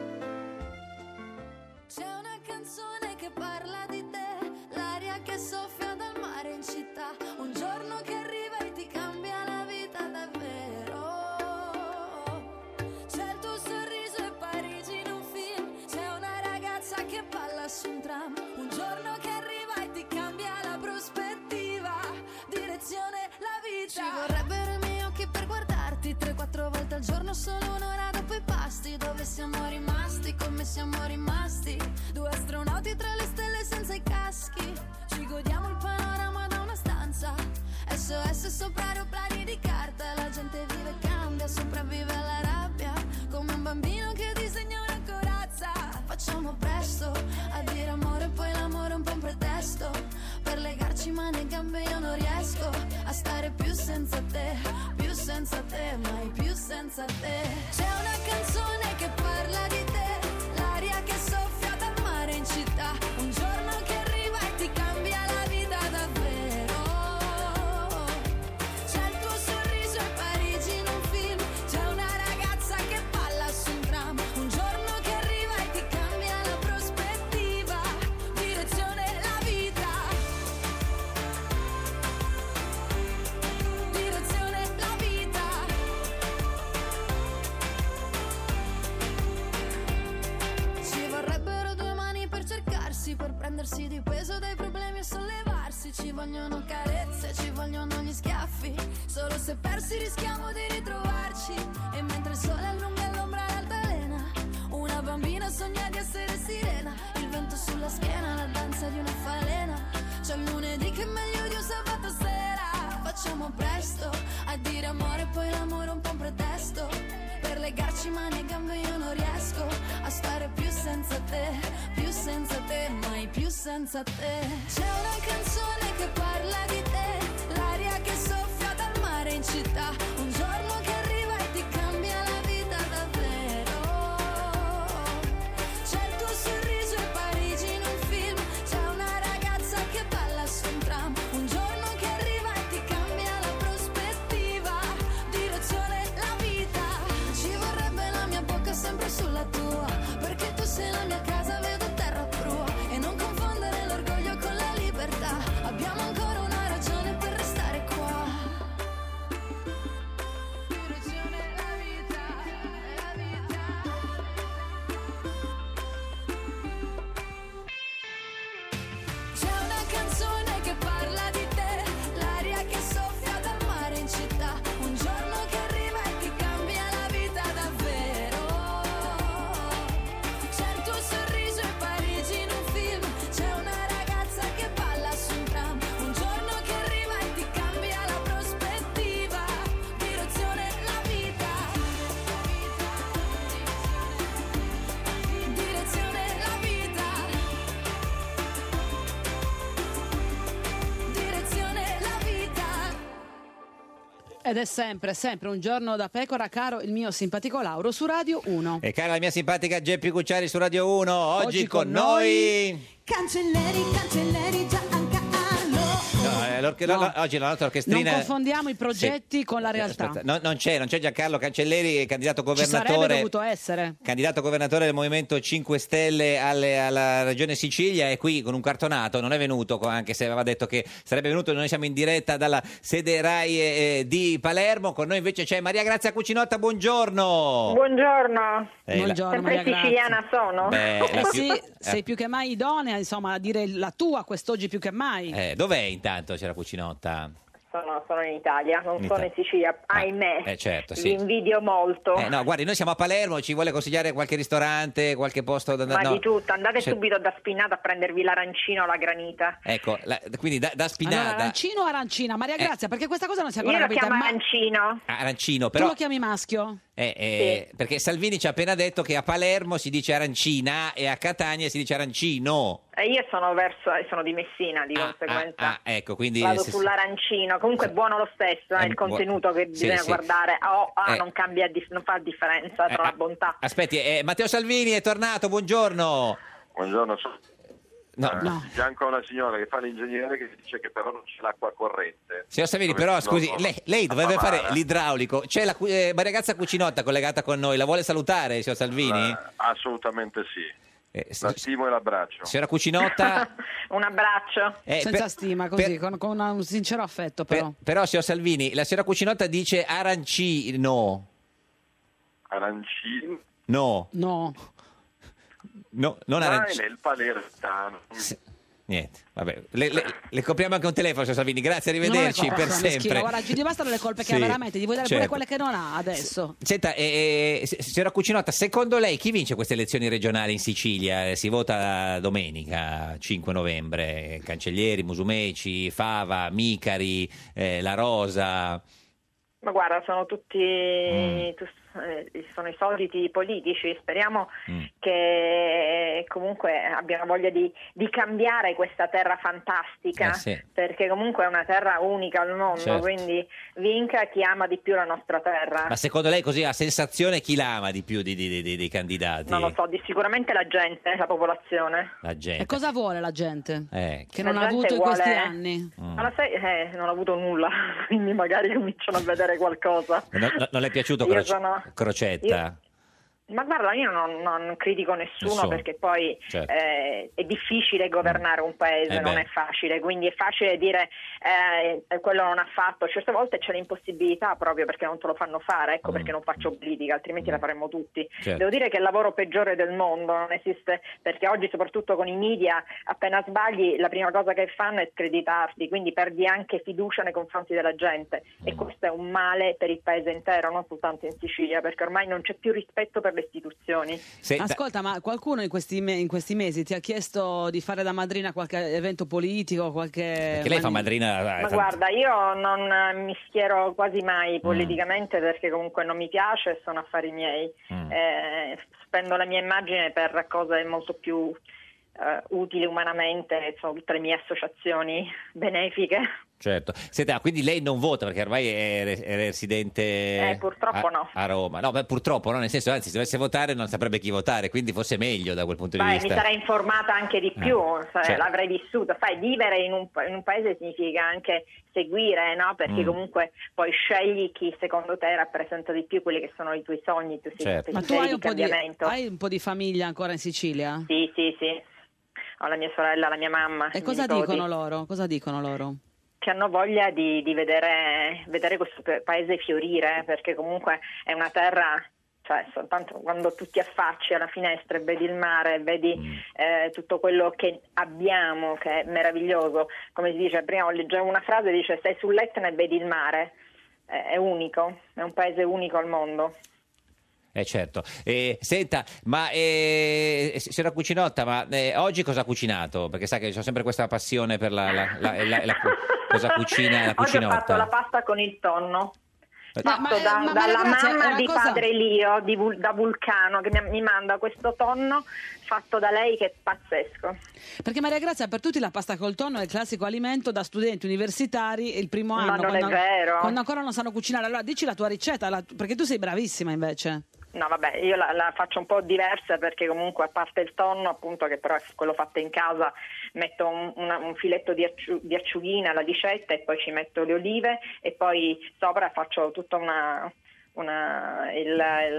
C'è una canzone che parla di te, l'aria che soffia dal mare in città, un giorno che arriva e ti cambia la vita davvero. C'è il tuo sorriso e Parigi in un film, c'è una ragazza che balla su un tram, un giorno che arriva e ti cambia la prospettiva, direzione, la vita. Ci vorrebbero i miei occhi per guardarti 3-4 volte al giorno, solo un'ora dopo i pasti, dove siamo rimasti, come siamo rimasti, due astronauti tra le stelle senza i caschi, ci godiamo il panorama da una stanza, SOS sopra aeroplani di carta, la gente vive e cambia, sopravvive alla rabbia, come un bambino che disegna una corazza, facciamo presto a dire amore, poi l'amore è un po' un pretesto, per legarci mani e gambe io non riesco a stare più senza te, più senza te, mai più senza te. C'è una canzone che parla di te, l'aria che soffia dal mare in città, un giorno che arriva e ti cambia la vita davvero. C'è il tuo sorriso e Parigi in un film, c'è una ragazza che balla su un tram, un giorno che arriva e ti cambia la prospettiva, direzione la vita. Direzione la vita. Ci vorrebbero due mani per cercarsi, per prendersi di peso dai problemi e sollevarsi. Ci vogliono carezze, ci vogliono gli schiaffi. Solo se persi rischiamo di ritrovarci. E mentre il sole allunga l'ombra all'altalena, una bambina sogna di essere sirena. Il vento sulla schiena, la danza di una falena. C'è un lunedì che è meglio di un sabato sera. Facciamo presto a dire amore, poi l'amore è un po' un pretesto. Per legarci mani e gambe io non riesco a stare più senza te, più senza te, mai più senza te. C'è una canzone che parla di te, l'aria che soffia dal mare in città. Un giorno che arriva e ti cambia la vita davvero. C'è il tuo Certo sorriso e Parigi in un film, c'è una ragazza che balla su un tram, un giorno che arriva e ti cambia la prospettiva, direzione la vita. Ci vorrebbe la mia bocca sempre sulla tua, perché tu sei la mia casa, vedo terra prua e non confondere l'orgoglio con la libertà. Abbiamo ancora una ragione per restare qua. Direzione la vita, la vita. C'è una canzone che parla di te, l'aria che soffia dal mare in città, un giorno che arriva e ti cambia la vita davvero. C'è il tuo sorriso e Parigi in un film, c'è una ragazza che balla su un tram, un giorno che arriva e ti cambia la prospettiva, direzione la vita. Direzione la vita. Direzione la vita.
Ed è sempre, sempre un giorno da pecora, caro il mio simpatico Lauro su Radio 1.
E cara la mia simpatica Geppi Cucciari su Radio 1, oggi,
Oggi
con,
con
noi...
Cancelleri, cancelleri, già anche Arlo.
No, eh, l'orche- la- la- oggi la nostra
Non
orchestrina...
confondiamo i progetti con la realtà.
Aspetta, no- non c'è, non c'è Giancarlo Cancelleri, candidato
Ci sarebbe
governatore...
dovuto essere.
Candidato governatore del Movimento 5 Stelle alle- alla Regione Sicilia è qui con un cartonato, non è venuto, co- anche se aveva detto che sarebbe venuto, noi siamo in diretta dalla sede RAI eh, di Palermo, con noi invece c'è Maria Grazia Cucinotta, buongiorno!
Buongiorno.
Oh. Eh, la- Buongiorno,
Sempre
Maria Grazia.
siciliana sono.
Beh, la più-
Sì,
eh.
sei più che mai idonea, insomma, a dire la tua quest'oggi più che mai.
Eh, dov'è intanto c'era Cucinotta?
Sono, sono in Italia, non
In
sono
Italia.
in Sicilia, ahimè.
Eh certo,
Vi
sì.
invidio molto.
Eh, no, guardi, noi siamo a Palermo, ci vuole consigliare qualche ristorante, qualche posto da
Ma
no.
di tutto, andate
C'è-
subito da Spinata a prendervi l'arancino o la granita.
Ecco, la- quindi da, da Spinata,
Allora, arancino o arancina? Maria
Eh.
Grazia, perché questa cosa non si è ancora
Io lo
capita.
chiamo
ma
arancino.
Ah, Arancino,
Tu
però
lo chiami maschio?
eh, eh, perché Salvini ci ha appena detto che a Palermo si dice arancina e a Catania si dice arancino.
E io sono verso, eh, sono di Messina, di conseguenza.
Ah, ecco, quindi
Vado
eh, se-
sull'arancino, comunque è buono lo stesso, eh,
Eh,
il contenuto che
buo- sì,
bisogna
sì.
guardare Oh, ah,
Eh.
non, cambia, dif- non fa differenza tra
Eh,
la bontà.
Aspetti, eh, Matteo Salvini è tornato, buongiorno.
Buongiorno.
No.
Eh,
No.
di fianco a una signora che fa l'ingegnere che dice che però non c'è l'acqua corrente.
Signor Savini,
Dove-
però
no,
scusi,
no,
lei, lei
a
dovrebbe
Favara.
fare l'idraulico. C'è la cu- eh, ragazza Cucinotta collegata con noi, la vuole salutare, signor
Eh.
Salvini?
Assolutamente sì. La stimo e l'abbraccio.
Signora Cucinotta,
Un abbraccio.
eh,
Senza
per-
stima, così, con, con un sincero affetto
per-
però.
però signor Salvini, la signora Cucinotta dice arancino.
Arancino.
No,
No.
no, non
Dai,
arancino.
nel palertano.
Niente, vabbè. Le, le- le copriamo anche un telefono, signor Salvini. Grazie, arrivederci
Non lo so,
per
sono
sempre.
schiva. Guarda, Gigi bastano le colpe che
Sì,
ha veramente, gli vuoi dare
certo.
pure quelle che non ha adesso.
Senta, eh, eh, s- signora Cucinotta, secondo lei chi vince queste elezioni regionali in Sicilia? Eh, Si vota domenica 5 novembre. Cancellieri, Musumeci, Fava, Micari, eh, La Rosa.
Ma guarda, sono tutti
Mm.
tu- eh, sono i soliti politici, speriamo che comunque abbiano voglia di, di cambiare questa terra fantastica,
Eh sì.
perché comunque è una terra unica al mondo,
Certo.
quindi vinca chi ama di più la nostra terra.
Ma secondo lei così a sensazione chi la ama di più di- di- di- di- dei candidati?
Non lo so, di sicuramente la gente, la popolazione.
La
E
gente.
cosa vuole la gente?
Eh,
Che
La
non ha
gente
avuto in
vuole-
questi anni?
Ma la sai, eh, non ho avuto nulla, quindi magari cominciano a vedere qualcosa.
no- no- non le è piaciuto
Io
Croce-
sono-
Crocetta?
Ma guarda, io non, non critico nessuno,
Nessuno.
perché poi
Certo.
eh, è difficile governare un paese,
Eh
non
beh.
è facile, quindi è facile dire eh, eh, quello non ha fatto, certe volte c'è l'impossibilità proprio perché non te lo fanno fare,
Mm.
ecco perché non faccio politica, altrimenti la faremmo tutti.
Certo.
Devo dire che è il lavoro peggiore del mondo, non esiste, perché oggi soprattutto con i media appena sbagli la prima cosa che fanno è screditarti, quindi perdi anche fiducia nei confronti della gente e questo è un male per il paese intero, non soltanto in Sicilia, perché ormai non c'è più rispetto per le istituzioni.
Ascolta, ma qualcuno in questi, me- in questi mesi ti ha chiesto di fare da madrina qualche evento politico? Qualche...
Perché lei fa madrina. eh,
Ma
tant-
guarda, io non eh, mi schiero quasi mai
Mm.
politicamente perché comunque non mi piace, sono affari miei.
Mm.
Eh, spendo la mia immagine per cose molto più eh, utili umanamente, sono tutte le mie associazioni benefiche.
Certo. Senta, quindi lei non vota perché ormai è, re- è residente
Eh, purtroppo
a,
no.
a Roma. No, beh, purtroppo no, nel senso, anzi, se dovesse votare non saprebbe chi votare, quindi forse è meglio da quel punto di
Beh, mi
vista.
sarei informata anche di più, sai,
certo.
l'avrei vissuta. Sai, vivere in un, pa- in un paese significa anche seguire, no? Perché
Mm.
comunque poi scegli chi secondo te rappresenta di più quelli che sono i tuoi sogni, i tuoi
Certo.
Ma tu
pensieri
hai
di
un, po di,
cambiamento.
hai un po' di famiglia ancora in Sicilia?
Sì, sì, sì. Ho la mia sorella, la mia mamma.
E
i
cosa
nipoti,
dicono loro? Cosa dicono loro?
Che hanno voglia di, di vedere, vedere questo pe- paese fiorire, perché comunque è una terra. Cioè, soltanto quando tu ti affacci alla finestra e vedi il mare, vedi eh, tutto quello che abbiamo, che è meraviglioso. Come si dice, prima ho leggevo una frase che dice: Stai sull'Etna e vedi il mare. Eh, è unico, è un paese unico al mondo.
Eh, certo. Eh, senta, ma eh, signora Cucinotta, ma eh, oggi cosa ha cucinato? Perché sa che ho sempre questa passione per la, la- la- la- la cu- cosa cucina la
Oggi ho fatto
Cucinotta.
la pasta con il tonno.
Eh,
Fatto
ma-
da-
ma- ma
dalla
ragazzi, è
mamma
una
di
cosa-
padre Lio di Vul- da Vulcano che mi, mi manda questo tonno fatto da lei che è pazzesco.
Perché Maria Grazia, per tutti la pasta col tonno è il classico alimento da studenti universitari il primo
Ma
anno.
non è
quando,
vero.
quando ancora non sanno cucinare. Allora dici la tua ricetta, la- perché tu sei bravissima invece.
No, vabbè, io la, la faccio un po' diversa perché comunque a parte il tonno, appunto, che però è quello fatto in casa, metto un, una- un filetto di, acciu- di acciughina alla ricetta e poi ci metto le olive e poi sopra faccio tutta una, una- il,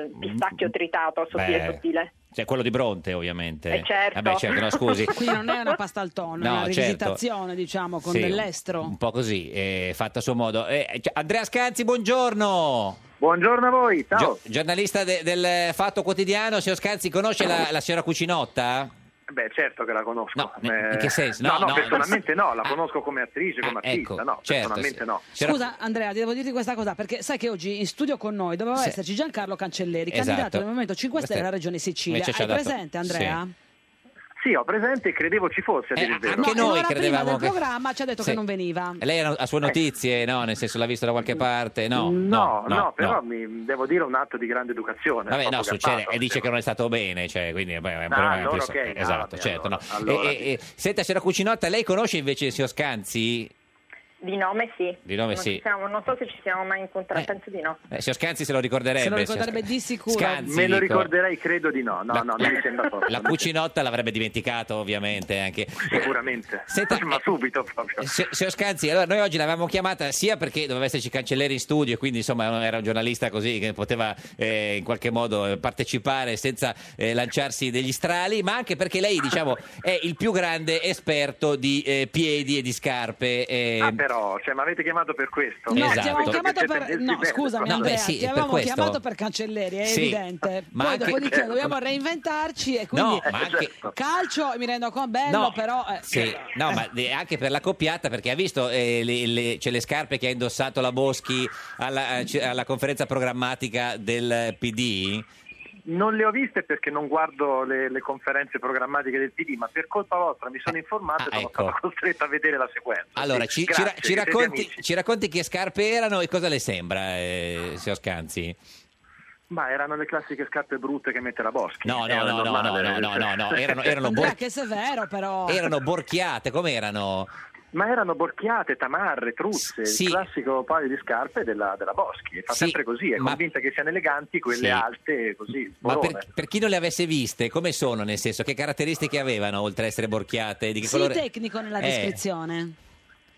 il pistacchio tritato sottile
Mm. Beh,
sottile.
Cioè, quello di Bronte, ovviamente.
Eh, certo.
Vabbè, certo, no, scusi.
Quindi non è una pasta al tonno,
No,
è una
certo.
rivisitazione, diciamo, con
Sì, un-
dell'estro.
Un po' così, eh, fatta a suo modo. Eh, cioè, Andrea Scanzi, buongiorno.
Buongiorno a voi, ciao.
giornalista de- del Fatto Quotidiano, signor Scanzi, conosce la, la signora Cucinotta?
Beh, certo che la conosco.
in
Eh,
che senso?
No,
No,
no,
no,
personalmente no, la conosco come attrice, come artista, no,
certo,
personalmente
sì.
no.
C'era-
Scusa Andrea, ti devo dirti questa cosa perché sai che oggi in studio con noi doveva
Sì.
esserci Giancarlo Cancelleri,
Esatto.
candidato del Movimento 5 Stelle alla Regione Sicilia.
Invece ci
Hai
ha dato-
presente Andrea?
Sì, ho presente e credevo ci fosse, a dire il vero.
Eh, anche noi
Allora prima
credevamo
del
che-
programma ci ha detto
Sì.
che non veniva.
Lei ha, ha sue notizie, no? Nel senso l'ha visto da qualche parte? No,
Eh. No, no, però mi devo dire un atto di grande educazione.
Vabbè, no,
proprio
succede, eh,
garbato.
e dice che non è stato bene, cioè, quindi beh, è un
Ah,
problema
allora
amplissimo.
ok,
esatto,
vabbè,
certo. no.
allora,
E- e- e- senta, signora Cucinotta, lei conosce invece il signor Scanzi?
Di nome sì.
Di nome
non,
sì.
ci siamo- non so se ci siamo mai incontrati, penso di no.
Eh, signor Scanzi se lo ricorderebbe.
Se lo
signor
ricorderebbe di sicuro.
Scanzi,
Me lo
dico.
ricorderei, credo di no. No, no, non mi sembra
Sc-
proprio.
La cucinotta l'avrebbe dimenticato ovviamente anche. eh,
Sicuramente. Ma subito proprio.
Si- Signor Scanzi, allora noi oggi l'avevamo chiamata sia perché doveva esserci Cancelleri in studio, e quindi insomma era un giornalista così che poteva eh, in qualche modo eh, partecipare senza eh, lanciarsi degli strali, ma anche perché lei diciamo è il più grande esperto di eh, piedi e di scarpe. eh, Esatto.
Ah, però, cioè, mi avete chiamato per questo?
No,
Eh,
ti avevamo
penso che
chiamato
siete
per-
del
no,
diverso.
scusami
No,
Andrea,
beh, sì,
ti
per
avevamo
questo.
chiamato per Cancelleri, è
Sì.
evidente.
Ma
Poi
anche-
dopodiché dobbiamo reinventarci e quindi
No, ma anche-
Certo.
calcio mi rendo conto bello,
No,
però eh,
Sì, no, ma de- anche per la coppiata, perché ha visto eh, le, le- c'è le scarpe che ha indossato la Boschi alla, eh, c- alla conferenza programmatica del PD?
Non le ho viste perché non guardo le, le conferenze programmatiche del PD, ma per colpa vostra mi sono informato e sono
ecco.
stato costretto a vedere la sequenza.
Allora,
Sì,
ci, ci ra-
grazie,
ci
siete
racconti,
amici.
ci racconti che scarpe erano e cosa le sembra, eh, signor Scanzi?
Ma erano le classiche scarpe brutte che mette la Boschi.
No, no,
Era
no, no,
normale. eh.
no, no, no, no, erano- erano
Andrea,
bor-
che severo però.
Erano borchiate, come erano?
Oh. Ma erano borchiate, tamarre, truzze,
Sì.
il classico paio di scarpe della, della Boschi. Fa
Sì,
sempre così, è
ma-
convinta che siano eleganti quelle
Sì.
alte, così,
Ma
sporone.
per, per chi non le avesse viste, come sono nel senso? Che caratteristiche avevano oltre a essere borchiate? Di che
Sii
colore?
tecnico nella
Eh.
descrizione.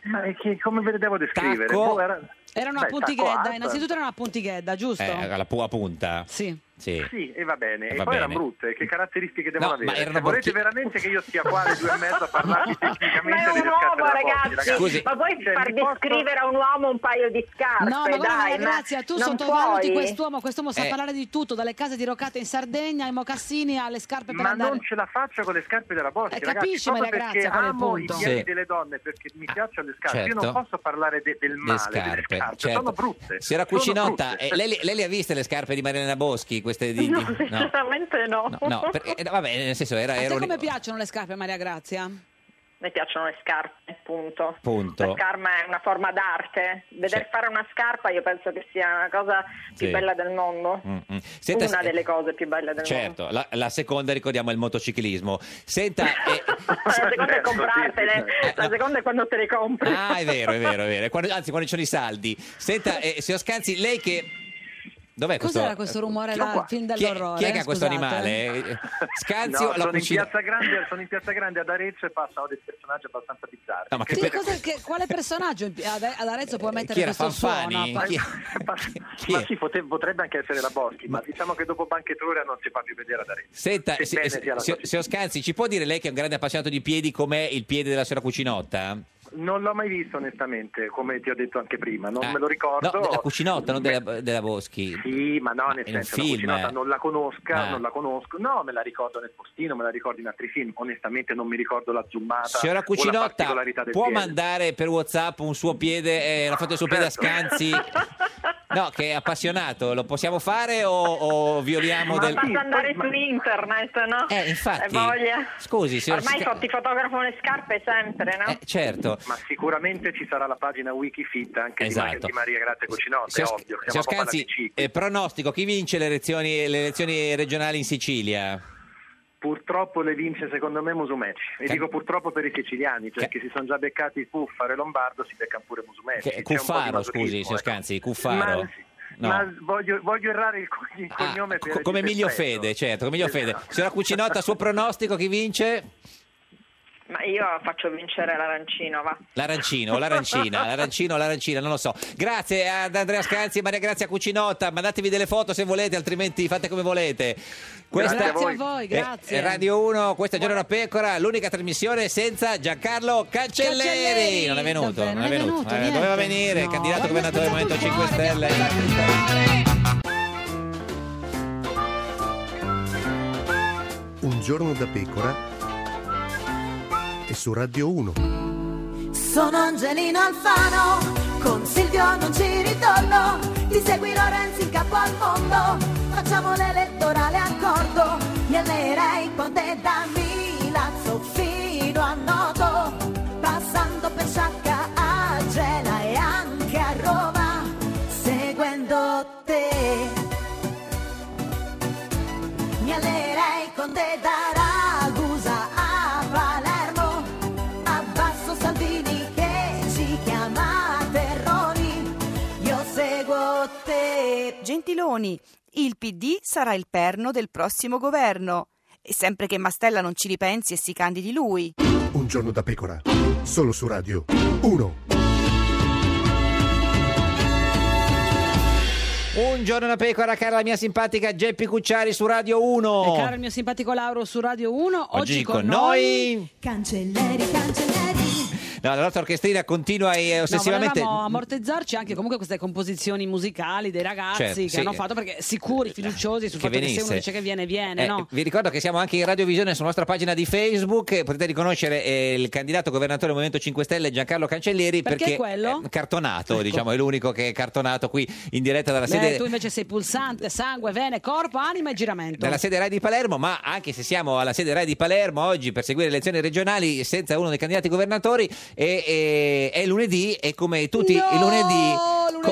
Ma è che- come ve le devo descrivere?
Tacco.
Boh, era-
Era una
Beh, tacco
puntighedda,
alto.
innanzitutto era una puntighedda, giusto?
Eh, alla pu- a punta?
Sì.
Sì.
Sì, e va bene.
Eh,
E
va
poi erano
bene.
brutte. Che caratteristiche
No,
devono
ma
avere? Cioè,
erano
volete
borchi-
veramente che io stia qua alle due e mezza a parlarvi
Ma è
tecnicamente
un
delle scarpe
uomo,
della Boschi,
ragazzi.
Scusi.
Ma vuoi
Cioè,
far
mi posso-
descrivere a un uomo un paio di scarpe?
No, ma guarda,
dai, ma
Grazia, tu
non
sottovaluti
puoi.
quest'uomo, quest'uomo sa
Eh.
parlare di tutto, dalle case diroccate in Sardegna ai mocassini alle scarpe per
Ma
andare.
non ce la faccio con le scarpe della Boschi,
Eh,
ragazzi,
capisci,
proprio
Maria
perché
Grazia, qual è il
amo i
punto?
piedi
Sì.
delle donne perché mi piacciono le scarpe. Io non
certo.
posso parlare de- del
Le
male delle
scarpe,
scarpe,
certo.
sono brutte.
Signora
sono
Cucinotta,
brutte.
eh, lei, lei le ha viste le scarpe di Marilena Boschi? Queste di, di-
No,
no.
sinceramente no.
No, no, perché- eh, no, vabbè, nel senso era,
A te
era un-
come piacciono le scarpe, Maria Grazia?
Mi piacciono le scarpe, punto.
Punto.
La scarpa è una forma d'arte. Veder
Sì.
fare una scarpa io penso che sia una cosa più
Sì.
bella del mondo.
Mm, mm. Senta,
una
se-
delle cose più belle del mondo.
Certo, la, la seconda ricordiamo è il motociclismo. Senta, eh,
La seconda è comprartele, la seconda è quando te le compri.
ah, è vero, è vero, è vero. Quando- anzi, quando ci sono i saldi. Senta, eh, signor Scanzi, lei che... Dov'è
Cos'era
questo?
questo
eh,
rumore da film
Chi è,
dell'orrore?
chi è che ha questo
Scusate.
animale? Eh, Scanzi
No,
o la
sono, in
cucina?
piazza grande, sono in piazza grande ad Arezzo e passano dei personaggi abbastanza bizzarri.
No, ma che
Sì,
per- Eh,
cosa- che- quale personaggio in- ad, ad Arezzo può mettere
chi era,
questo
Fanfani?
suono?
Chi-
ma sì, pote- potrebbe anche essere la Boschi, ma diciamo che dopo Banchettoria non si fa più vedere ad Arezzo.
Senta, si-
Sebbene
si-
sia la
signor
Boschi.
signor Scanzi, ci può dire lei che è un grande appassionato di piedi com'è il piede della signora Cucinotta?
Non l'ho mai visto onestamente, come ti ho detto anche prima, non
Ah,
me lo ricordo.
No, della Cucinotta, non della, della Boschi.
Sì, ma no, nel
in un
senso la
film,
cucinata
eh.
non la conosca,
Ah.
non la conosco. No, me la ricordo nel postino, me la ricordo in altri film. Onestamente non mi ricordo la zoomata
Signora
o la
Cucinotta,
particolarità del
può
piede.
mandare per WhatsApp un suo piede, eh, una foto del suo piede a
Certo.
Scanzi? No, che è appassionato, lo possiamo fare o, o violiamo
Ma
del...
basta andare su internet, no?
Eh, infatti.
E voglia.
Scusi, signor
Ormai
Sca-
fo- ti fotografano le scarpe sempre, no?
Eh, certo.
Ma sicuramente ci sarà la pagina Wikifit anche di Maria-
Esatto.
di Maria Grazia Cucinotta, è
Signor,
ovvio. Siamo
signor
proprio alla
Scanzi,
BC.
eh, pronostico, chi vince le elezioni, le elezioni regionali in Sicilia?
Purtroppo le vince secondo me Musumeci. E
Che-
dico purtroppo per i siciliani, cioè
Che-
che si sono già beccati Cuffaro e Lombardo, si beccano pure Musumeci. Eh C'è
Che-
un po' di
Cuffaro,
masochismo,
scusi, signor
ecco.
Scanzi, Cuffaro.
Ma-
No.
Ma voglio, voglio errare il, co- il
Ah,
cognome per
co- come Emilio
rispetto.
Fede, certo, come Emilio Fede.
Esatto.
Signora Cucinotta, suo pronostico, chi vince?
Ma io faccio vincere l'arancino, va.
L'arancino o l'arancina, l'arancino o l'arancina, non lo so. Grazie ad Andrea Scanzi e Maria Grazia Cucinotta, mandatevi delle foto se volete, altrimenti fate come volete.
Grazie a voi. Grazie a voi,
è-
grazie.
è Radio 1, questa è Giorno da Pecora, l'unica trasmissione senza Giancarlo Cancelleri.
Cancelleri,
Non è venuto,
davvero,
non è venuto. Eh,
niente.
doveva venire,
No. Guarda,
candidato governatore del Movimento 5 Stelle.
Un giorno da pecora e su Radio 1.
Sono Angelina Alfano, con Silvio non ci ritorno, ti seguirò Renzi in capo al mondo, facciamo l'elettorale a corto, mi allerei con te da Milazzo fino a Noto, passando per Sciacca a Gela e anche a Roma, seguendo te. Mi allerei con te da Ragusa a Palermo, Abbasso Salvini che ci chiama
Gentiloni, il PD sarà il perno del prossimo governo. E sempre che Mastella non ci ripensi e si candidi lui.
Un giorno da pecora, solo su Radio 1.
Un giorno da pecora, cara la mia simpatica Geppi Cucciari su Radio 1.
E Eh, caro il mio simpatico Lauro su Radio 1, oggi,
Oggi con noi-
Cancelleri,
No, la nostra orchestrina continua e Eh, ossessivamente.
No, volevamo ammortizzarci anche comunque queste composizioni musicali dei ragazzi
Certo,
che
sì. Eh,
hanno fatto perché sicuri, fiduciosi sul
Che
fatto che se
venisse.
uno dice che viene, viene,
Eh,
no?
Vi ricordo che siamo anche in radiovisione sulla nostra pagina di Facebook. eh, Potete riconoscere eh, il candidato governatore del Movimento 5 Stelle Giancarlo Cancellieri
Perché
perché,
quello? Ecco.
è cartonato, diciamo, è l'unico che è cartonato qui in diretta dalla
Beh,
sede.
Eh, tu invece sei pulsante, sangue, vene, corpo, anima e giramento.
Dalla sede Rai di Palermo, ma anche se siamo alla sede Rai di Palermo oggi per seguire le elezioni regionali senza uno dei candidati governatori, e- e- è lunedì e come tutti i lunedì,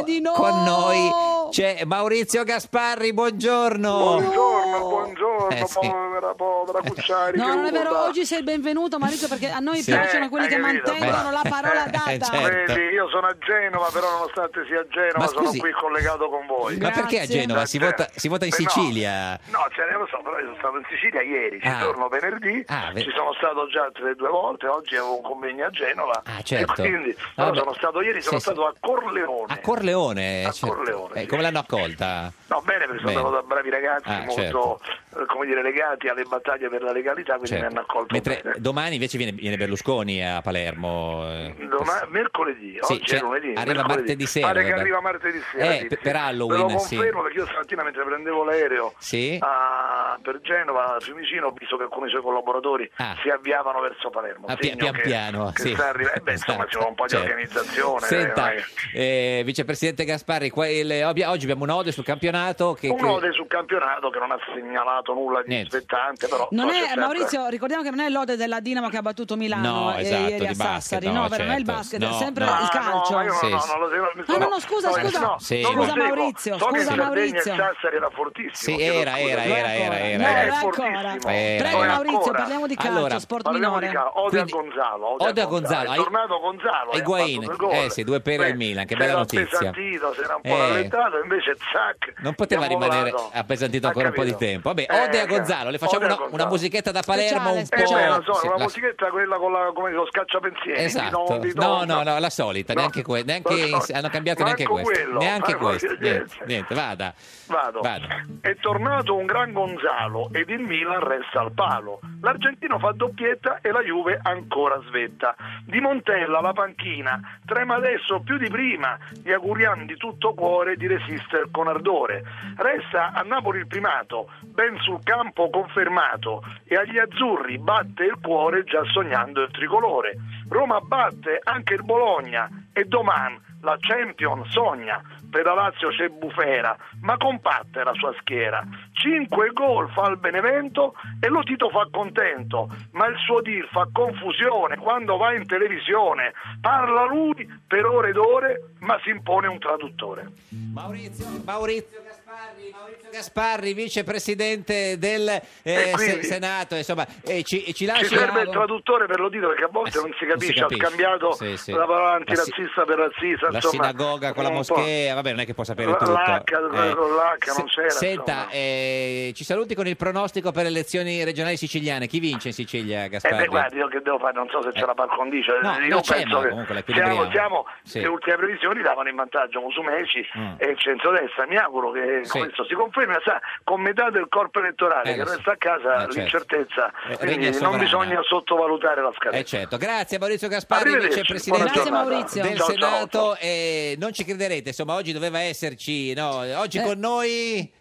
lunedì
co- con noi c'è Maurizio Gasparri, buongiorno.
Buongiorno, buongiorno,
Eh, sì.
povera, povera Cucciari.
No,
che
non è vero,
urla.
oggi sei il benvenuto Maurizio perché a noi
Sì.
piacciono
Eh,
quelli
hai
che
capito?
mantengono la
Beh.
parola data.
Eh, certo.
Vedi, io sono a Genova, però nonostante sia a Genova
Ma
sono
scusi-
qui collegato con voi.
Ma perché a Genova? Si
Da
vota, si vota in
Eh, no.
Sicilia.
No, ce ne lo so, però io sono stato in Sicilia ieri, ci
Ah.
torno venerdì,
Ah, ve-
ci sono stato già altre due volte, oggi avevo un convegno a Genova,
Ah, certo.
e quindi però
Vabbè.
sono stato ieri, sono
Sì, sì.
stato a Corleone.
A Corleone,
A
cioè,
Corleone,
eh, come l'hanno accolta?
No, bene, perché sono
Bene.
andato da bravi ragazzi,
Ah,
molto eh, come dire, legati alle battaglie per la legalità, quindi
Certo.
mi hanno accolto
Mentre
bene.
domani invece viene, viene Berlusconi a Palermo. eh,
Doma- mercoledì,
Sì,
oggi
cioè,
è lunedì.
arriva
mercoledì.
martedì sera,
Pare che
guarda.
arriva martedì sera.
Eh,
sì,
per-
sì.
per Halloween,
Ve lo
sì.
confermo perché io stamattina mentre prendevo l'aereo
Sì.
a- per Genova, a Fiumicino, ho visto che alcuni suoi collaboratori si avviavano verso Palermo.
Ah,
segno
pi- pian
che-
piano,
che
sì.
sta arrivando. Eh, beh, insomma, ci vuole un po' di
Certo.
organizzazione.
Senta,
eh, vai.
eh, vicepresidente Gasparri, qua il- obbi- oggi abbiamo un ode sul campionato. Che,
Uno
che-
dei sul campionato che non ha segnalato nulla di aspettante, però
Non
so, c'è
è,
sempre-
Maurizio, ricordiamo che non è l'ode della Dinamo che ha battuto Milano
No,
eh,
esatto,
ieri a
di basket,
Sassari,
no,
no, vero, non è il
certo.
basket,
No,
è sempre
no.
il calcio.
Ah, No, ma io
Sì,
no, no,
sì.
non lo seguo, mi
Ah, no,
sono-
no, scusa,
no,
scusa.
no,
Sì.
non lo
Scusa,
seguo.
Maurizio,
So che
scusa,
Sardegna e
Maurizio.
Sassari era fortissimo.
Sì,
chiedo
era,
scusa.
era, era, era, era,
Eh,
era.
è
No,
fortissimo.
ancora.
Era,
Prego
era.
Maurizio, parliamo di calcio,
Allora,
sport
Parliamo di
minore.
calcio. Ode
Quindi-
a Gonzalo.
Ode a Gonzalo.
È
Hai-
tornato Gonzalo. eh, ha
Higuain,
fatto due gol.
eh sì, due pere
Beh,
al Milan, che bella notizia.
Era appesantito, si era un po'
Eh.
rallentato, invece zac.
Non poteva
abbiamo
rimanere
volato.
appesantito
Ha
ancora un po' di
capito.
tempo. Vabbè,
Eh,
ode a
eh,
Gonzalo, le facciamo
ode a
una,
Gonzalo.
una musichetta da Palermo un po'.
Eh beh, lo so,
sì,
una
la-
musichetta quella con la, come lo scacciapensieri.
Esatto,
di
no,
Don-
no, no, la solita,
No,
neanche, que- neanche
la solita.
hanno cambiato
Manco
neanche questo,
quello,
neanche
manco
questo,
quello,
niente, niente, vada,
Vado.
vada.
È tornato un gran Gonzalo ed il Milan resta al palo. L'Argentino fa doppietta e la Juve ancora svetta. Di Montella la panchina trema adesso più di prima. Gli auguriamo di tutto cuore di resistere con ardore. Resta a Napoli il primato, ben sul campo confermato. E agli azzurri batte il cuore già sognando il tricolore. Roma batte anche il Bologna e domani la Champion sogna, per la Lazio c'è Bufera, ma compatta è la sua schiera. Cinque gol fa il Benevento e lo Tito fa contento, ma il suo dir fa confusione quando va in televisione. Parla lui per ore ed ore, ma si impone un traduttore.
Maurizio, Maurizio Gasparri, Maurizio Gasparri, vicepresidente del eh,
E
se-
quindi-
Senato, insomma, eh, ci, ci
Ci
lasci... Eh
serve il traduttore per lo Tito perché a volte non si capisce,
non si capisce.
ha scambiato
Sì, sì.
la parola
La si-
antirazzista per razzista.
La
insomma,
sinagoga con la
un po'.
moschea, vabbè, non è che può sapere
L-
tutto.
l'H,
Eh,
con l'H non c'era,
Senta,
insomma.
eh, ci saluti con il pronostico per le elezioni regionali siciliane. Chi vince in Sicilia,
Eh beh,
Gasparri? Eh.
guardi, io che devo fare, non so se c'è la par condicio.
No,
io
non c'è,
penso
ma
che
comunque la equilibriamo.
siamo, siamo
Sì.
le ultime previsioni davano in vantaggio Musumeci
Mm.
e il centrodestra. Mi auguro che
Sì.
questo si confermi, ma sa, con metà del corpo elettorale
Eh,
che
lo so.
resta a casa
Eh, certo.
l'incertezza,
Eh, regna
quindi non
sovrana.
bisogna sottovalutare la scadenza.
Eh certo, grazie Maurizio Gasparri,
Arrivederci,
vicepresidente
buona giornata. Grazie, Maurizio.
del
Ciao, ciao,
Senato. Eh, non ci crederete, insomma, oggi doveva esserci, no? Oggi
Eh.
con noi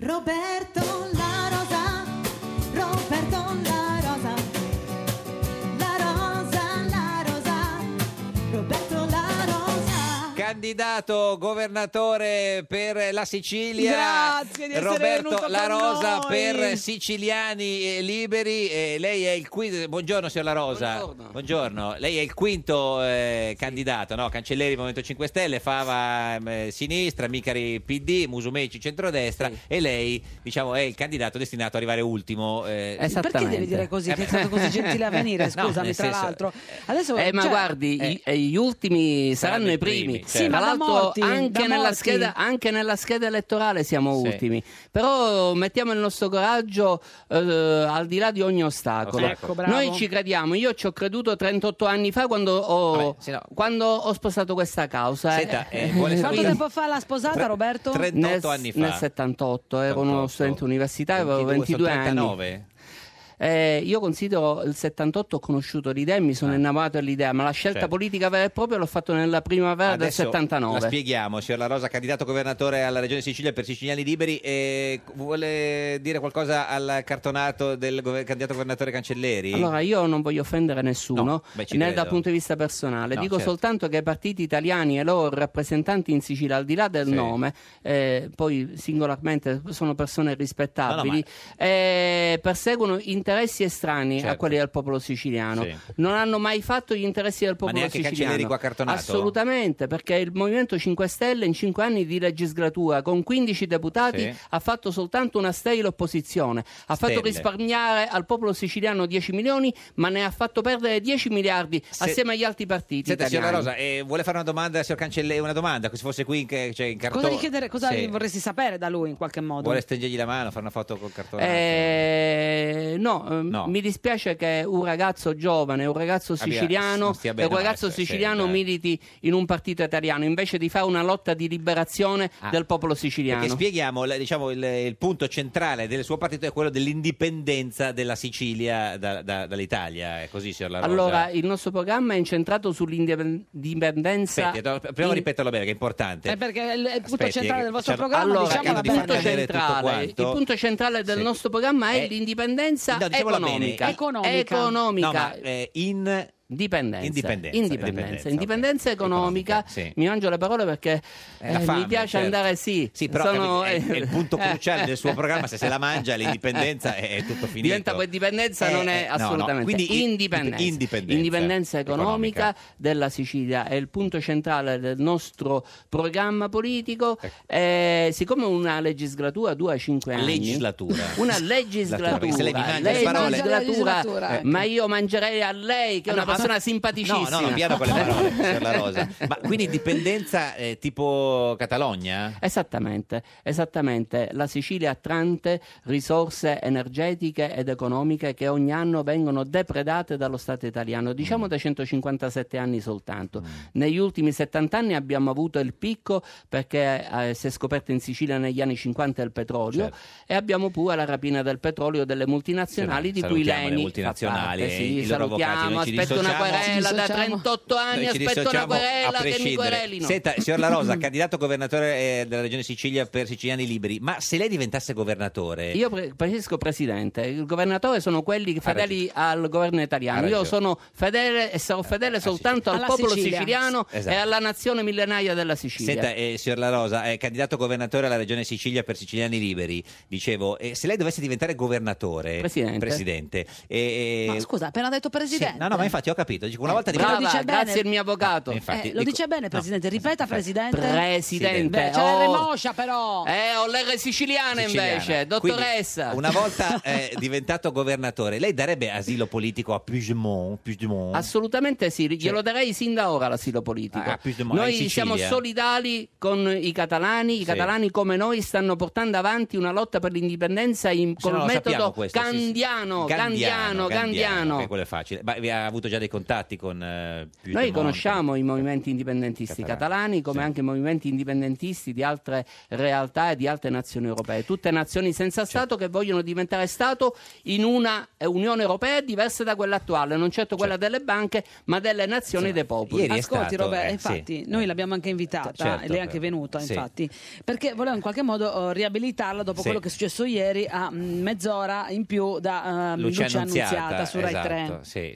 Roberto La Rosa, Roberto La Rosa, La Rosa, La Rosa, Roberto La Rosa.
candidato governatore per la Sicilia,
Grazie di essere venuto
Roberto
con
La Rosa
noi.
per Siciliani eh, Liberi. Eh, lei è il quinto. Buongiorno, signor La Rosa. Buongiorno. Lei è il quinto eh, candidato, no? Cancelleri Movimento 5 Stelle, Fava ehm, Sinistra, Micari PD, Musumeci Centrodestra e lei, diciamo, è il candidato destinato ad arrivare ultimo. eh.
Perché devi dire così? Che è stato così gentile a venire,
No,
scusami,
nel
tra
senso,
l'altro. Adesso,
Eh, ma
cioè,
guardi, i- eh, gli ultimi saranno,
saranno i
i primi.
primi. certo.
sì, ma
certo. Tra
da
l'altro
morti,
anche,
da
nella
morti.
Scheda, anche nella scheda elettorale siamo
Sì.
ultimi, però mettiamo il nostro coraggio eh, al di là di ogni ostacolo.
Ecco, bravo.
Noi ci crediamo, io ci ho creduto 38 anni fa quando ho, quando ho sposato questa causa.
Senta, eh,
Eh,
vuole
Quanto
quindi-
tempo fa l'ha sposata, Roberto?
nel, nel 78 ero uno studente universitario avevo 22
sono
anni
39.
Eh, io considero il 78 ho conosciuto l'idea e mi sono innamorato dell'idea ma la
Ah.
scelta
Certo.
politica vera e propria l'ho fatto nella primavera
Adesso
del 79
La spieghiamo, signor La Rosa, candidato governatore alla Regione Sicilia per Siciliani Liberi. eh, vuole dire qualcosa al cartonato del gove- candidato governatore Cancelleri?
Allora, io non voglio offendere nessuno,
No, beh, ci
né
credo.
dal punto di vista personale.
No,
Dico
certo.
soltanto che i partiti italiani e i loro rappresentanti in Sicilia, al di là del
Sì.
nome, eh, poi singolarmente sono persone rispettabili,
No, no,
eh, perseguono interessi estranei a
Certo.
quelli del popolo siciliano.
Sì.
Non hanno mai fatto gli interessi del popolo
neanche
siciliano.
Cancelleri qua cartonato?
Assolutamente, perché il Movimento 5 Stelle in 5 anni di legislatura, con 15 deputati,
Sì.
ha fatto soltanto una sterile opposizione. Ha fatto
Stelle.
risparmiare risparmiare al popolo siciliano 10 milioni, ma ne ha fatto perdere 10 miliardi assieme agli altri partiti.
Senta, signora
italiani.
Rosa, eh, vuole fare una domanda al signor Cancelleri? Una domanda, se fosse qui in, che- cioè, in cartone.
Cosa, gli chiedere, cosa
Sì.
gli vorresti sapere da lui in qualche modo?
Vuole stringergli la mano, fare una foto col cartonato?
Eh, no, ehm, mi dispiace che un ragazzo giovane, un ragazzo
Abbia-
siciliano,
non stia bene,
un ragazzo
maestro, sì,
siciliano
dai.
militi in un partito italiano invece di fare una lotta di liberazione
Ah.
del popolo
Perché
siciliano.
spieghiamo, la- diciamo, il, il punto centrale del suo partito è quello dell'indipendenza della Sicilia da- da- dall'Italia. È così, signor La Rosa?
Allora, il nostro programma è incentrato sull'indipendenza.
Aspetti, do- proviamo a
in-
ripeterlo bene, che è importante.
È perché il, il punto
Aspetti, eh,
centrale del vostro
c'è-
programma,
allora,
diciamo,
cercando
la
di far cadere tutto
centrale, il
quanto.
punto centrale del
Certo. Sì.
nostro programma è,
È-
l'indipendenza
No, diciamolo bene.
economica.
È-
Economica.
Economica.
No, ma, eh, in...
Indipendenza.
Indipendenza,
indipendenza,
indipendenza,
indipendenza economica,
sì.
mi mangio le parole perché
Eh, la
eh,
fame,
mi piace
certo.
andare sì,
Sì, però
sono- Eh.
capito, è, è il punto cruciale del suo programma, se se la mangia l'indipendenza è, è tutto finito.
Diventa poi dipendenza,
Eh,
non
eh,
è
no, no,
assolutamente.
quindi i-
indipendenza.
indipendenza
Indipendenza economica,
economica.
della Sicilia è il punto centrale del nostro programma politico.
Ecco.
Eh, siccome una legislatura dura 5 anni,
Legislatura.
una
Legislatura, perché se lei mi
legislatura,
mangia le parole-
legislatura,
Legislatura, ecco.
ma io mangerei a lei, che è
Ah, no,
una
ma-
persona
No,
simpaticissima.
no, no, piano con le parole, signor La Rosa. Ma quindi dipendenza eh, tipo Catalogna?
Esattamente, esattamente. La Sicilia ha tante risorse energetiche ed economiche che ogni anno vengono depredate dallo Stato italiano,
Mm.
diciamo da 157 anni soltanto. Negli ultimi 70 anni abbiamo avuto il picco perché eh, si è scoperto in Sicilia negli anni 50 il petrolio
Certo.
e abbiamo pure la rapina del petrolio delle multinazionali di cui
Salutiamo le
Leni fa
multinazionali
parte.
e
Sì,
i loro avvocati,
salutiamo,
noi ci
aspetto una
dissociamo.
querela
Ci
da
dissociamo.
38 anni,
Noi ci
aspetto una
dissociamo a
querela che mi
prescindere.
querelino.
Senta, signor La Rosa, candidato governatore eh, della regione Sicilia per Siciliani Liberi, ma se lei diventasse governatore...
Eh. Io pre- preferisco presidente, il governatore sono quelli fedeli al governo
Ha
italiano.
ragione. Ah,
Io sono fedele e sarò fedele soltanto al
Alla
popolo
Sicilia.
siciliano
Esatto.
e alla nazione millenaria della Sicilia.
Senta, eh, signor La Rosa, eh, candidato governatore alla regione Sicilia per Siciliani Liberi, dicevo, eh, se lei dovesse diventare governatore...
Presidente.
presidente, eh, eh,
Ma scusa, ha appena detto
sì,
presidente.
no, no, ma infatti ho capito,
Eh,
dico, una volta
Brava,
diventato-
dice bene.
Grazie al mio avvocato.
Eh, infatti,
Eh, lo
dico-
dice bene,
no.
presidente. Ripeta, presidente.
Presidente.
Beh, c'è
Oh.
la remoscia, però.
Eh, ho l'R siciliana,
siciliana.
invece,
Quindi,
dottoressa.
una volta eh, diventato governatore, lei darebbe asilo politico a Puigdemont? Puigdemont?
Assolutamente sì, glielo darei sin da ora l'asilo politico.
Ah, più di- ma Cioè, in
noi
Sicilia?
siamo solidali con i catalani, i
Sì.
catalani come noi stanno portando avanti una lotta per l'indipendenza in-
Se
col
no lo sappiamo
metodo
questo, sì, sì.
gandiano, gandiano, gandiano.
ok, quello è facile. Ma vi ha avuto già dei contatti con eh, Puigdemont?
Noi conosciamo i movimenti indipendentisti catalani come anche i movimenti indipendentisti di altre realtà e di altre nazioni europee, tutte nazioni senza Stato che vogliono diventare Stato in una eh, Unione Europea diversa da quella attuale, non certo quella delle banche, ma delle nazioni e dei popoli.
ieri è
Ascolti,
stato,
Roberto,
eh,
infatti, noi l'abbiamo anche invitata,
T- certo,
e lei è anche venuta,
sì.
infatti, perché volevo in qualche modo eh, riabilitarla dopo
Sì.
quello che è successo ieri a mm, mezz'ora in più da eh,
Lucia
Lucia,
Annunziata,
Annunziata su Rai
esatto,
3.
Sì,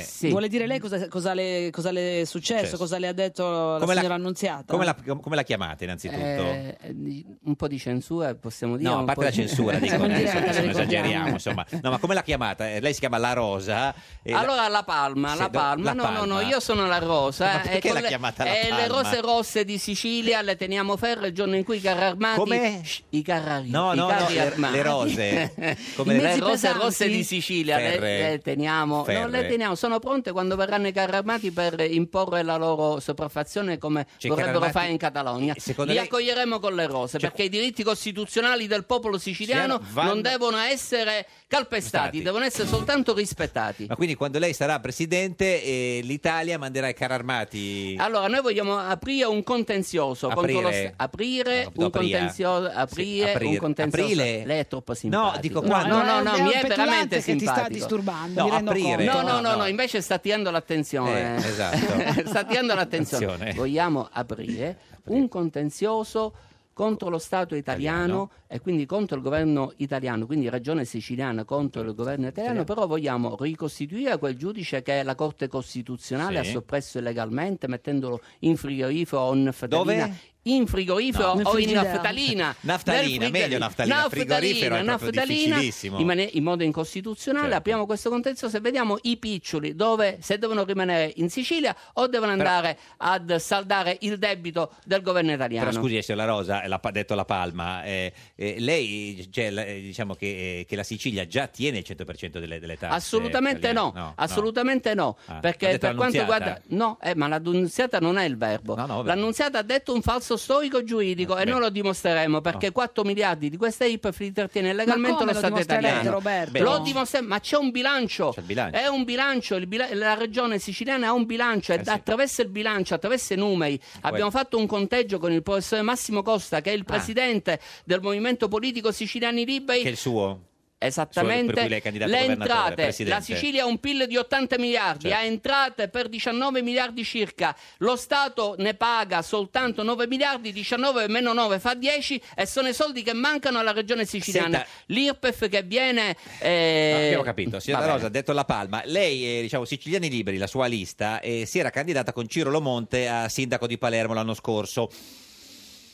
sì. eh.
Vuole dire lei cosa, cosa le, cosa le è successo,
Successo.
cosa le ha detto la
Come la-
signora Annunziata?
Come la, come la chiamate innanzitutto?
Eh, di- un po' di censura possiamo dire.
No, a
un
parte
po'
la
di-
censura, dico,
Possiamo
eh,
dire
insomma,
anche
se non
delle
esageriamo,
cose.
insomma. No, ma come la chiamata? Eh, Lei si chiama La Rosa. e la-
Allora la Palma,
Sì,
la
do-
Palma.
La
no, no,
Palma.
no, io sono la Rosa.
Ma
eh,
perché
con
l'ha
le-
chiamata la
eh,
Palma?
le rose rosse di Sicilia le teniamo ferre il giorno in cui i carri armati.
Come?
Shh, I carri armati.
No,
i
no,
carri
no, le-
armati.
le rose. Come
le
le-
rose
pesanti?
rosse di Sicilia le,
Ferre.
le teniamo. non le
Ferre.
teniamo, sono fronte quando verranno i carri armati per imporre la loro sopraffazione come
Cioè, i carri
vorrebbero
armati-
fare in Catalogna.
secondo
Li
lei-
accoglieremo con le rose perché i diritti costituzionali del popolo siciliano
Siciliano vanno-
non devono essere calpestati, devono essere soltanto rispettati.
Ma quindi quando lei sarà presidente eh, l'Italia manderà i carri armati.
Allora, noi vogliamo aprire un contenzioso contro lo
Aprire.
Sta- aprire
capito,
un
apria.
contenzioso, aprire
Sì, aprire.
un contenzioso.
Aprile?
Lei è troppo simpatico.
dico
No,
quando-
No, no, no,
È un
mi è
petulante
veramente
che ti sta
simpatico.
disturbando, No, mi rendo aprire. conto.
No, no, no,
No.
no, invece sta tirando l'attenzione.
Eh, esatto.
sta tirando l'attenzione.
Attenzione.
Vogliamo aprire un contenzioso contro lo Stato italiano e quindi contro il governo italiano, quindi regione siciliana contro il governo italiano, però vogliamo ricostituire quel giudice che la Corte Costituzionale
Sì.
ha soppresso illegalmente mettendolo in frigorifero o in fetalina.
Dove?
In frigorifero
No. Nel
o in
frigidaire.
naftalina.
Naftalina,
Nel frigorifero.
meglio naftalina, frigorifero è proprio difficilissimo.
in, mane- in modo incostituzionale
Certo.
apriamo questo contenzioso e vediamo i piccioli dove se devono rimanere in Sicilia o devono
Però-
andare ad saldare il debito del governo italiano.
Però scusi, signor La Rosa, l'ha pa- detto La Palma, eh, eh, lei cioè, la- eh, diciamo che, eh, che la Sicilia già tiene il 100% delle, delle tasse.
Assolutamente no,
italiane.
assolutamente no,
Ah, ha
perché
detto
per quanto
l'annunziata.
riguarda no, eh, ma l'annunziata non è il verbo. l'annunziata ha detto un falso storico giuridico e
beh.
noi lo dimostreremo perché 4 miliardi di queste IPF li trattiene legalmente
come
lo
lo
Stato
dimostrerete,
italiano.
Roberto?
Lo dimostre- ma c'è un bilancio.
bilancio. Eh,
È un bilancio, il bila- la regione siciliana ha un bilancio e attraverso il bilancio, attraverso i numeri, abbiamo fatto un conteggio con il professore Massimo Costa
Ah.
che è il presidente del movimento politico siciliani liberi
Che è il suo?
Esattamente,
per cui lei è candidato
le
governatore,
entrate, la
presidente.
Sicilia ha un PIL di 80 miliardi,
Certo.
ha entrate per 19 miliardi circa, lo Stato ne paga soltanto 9 miliardi, 19 meno 9 fa 10 e sono i soldi che mancano alla regione siciliana.
Senta-
L'IRPEF che viene... eh,
No, Ah, abbiamo capito, signora
va
La
bene.
Rosa ha detto La Palma, lei, eh, diciamo, Siciliani Liberi, la sua lista, eh, si era candidata con Ciro Lomonte a sindaco di Palermo l'anno scorso.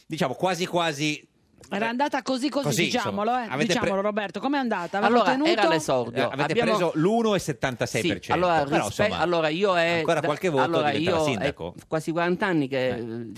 Diciamo quasi quasi
Era andata così così,
Così,
diciamolo,
insomma.
eh.
Avete pre-
diciamolo Roberto, com'è andata? Avevamo
Allora,
tenuto-
era l'esordio.
Eh, avete
Abbiamo-
preso l'1,76%.
Sì, allora,
Però,
rispe-
insomma,
allora io è
ancora
da-
qualche voto
allora
diventerà
io è
sindaco.
quasi 40 anni che eh,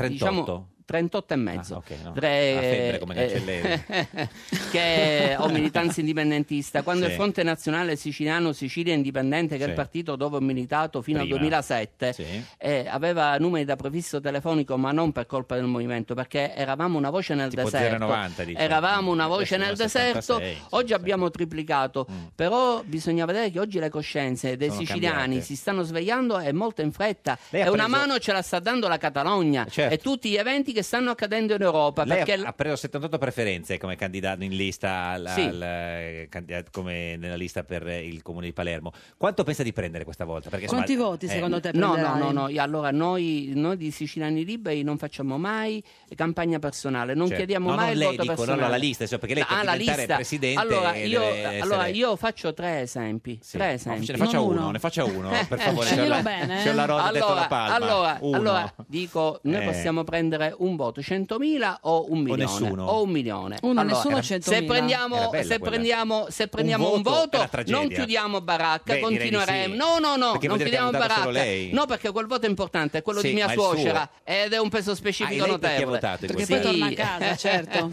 diciamo
38?
38 e mezzo
Ah, ok, no.
Tre-
Ha febbre come
eh, che ho militanza indipendentista quando
Sì.
il fronte nazionale siciliano Sicilia Indipendente che è il
Sì.
partito dove ho militato fino
Prima.
al 2007 eh, aveva numeri da prefisso telefonico ma non per colpa del movimento perché eravamo una voce nel
Tipo
deserto
0,90 dice.
eravamo una voce
Adesso
nel
sono 76,
deserto oggi abbiamo triplicato però bisogna vedere che oggi le coscienze dei
Mm. Sono
siciliani
cambiate.
si stanno svegliando e molto in fretta
Lei ha
e una
preso-
mano ce la sta dando la Catalogna
Certo.
e tutti gli eventi che stanno accadendo in Europa
Lei ha-
perché
ha preso 78 preferenze come candidato in lista al-
Sì.
al, eh, candidato- come nella lista per eh, il comune di Palermo. Quanto pensa di prendere questa volta? Perché, insomma, eh,
No, no, no, no. Allora, noi, noi di Siciliani Liberi non facciamo mai campagna personale, non
Certo.
chiediamo
No,
mai
non
il
lei,
voto
dico, no, no,
personale.
la lista, insomma, perché lei per
la
diventare
lista.
presidente
Allora
deve
io,
essere-
allora, io faccio tre esempi. Tre esempi.
ce ne faccia Non uno, uno. ne faccia uno, per favore, signor La-
Sceglielo bene, eh.
signor La Rosa ha detto
allora,
La Palma.
Allora,
Uno.
allora, dico, noi
Eh.
possiamo prendere un voto 100.000 o un milione.
nessuno.
O un milione.
Uno,
Allora,
nessuno,
Se
100.000.
Era
prendiamo,
bella
se
quella.
prendiamo, se prendiamo
Un
un
voto è
voto,
la tragedia.
non chiudiamo baracca,
Beh, direi di
continueremo.
sì.
No, no, no,
Perché vuol dire che ha
non chiudiamo
votato
baracca.
solo lei.
No, perché quel voto è importante, è quello
Sì,
di mia
ma è il
suocera ed è un peso
Ah, e
specifico
lei perché
notevole.
ha votato in
Perché
questa
poi torna a
lista?
casa, certo.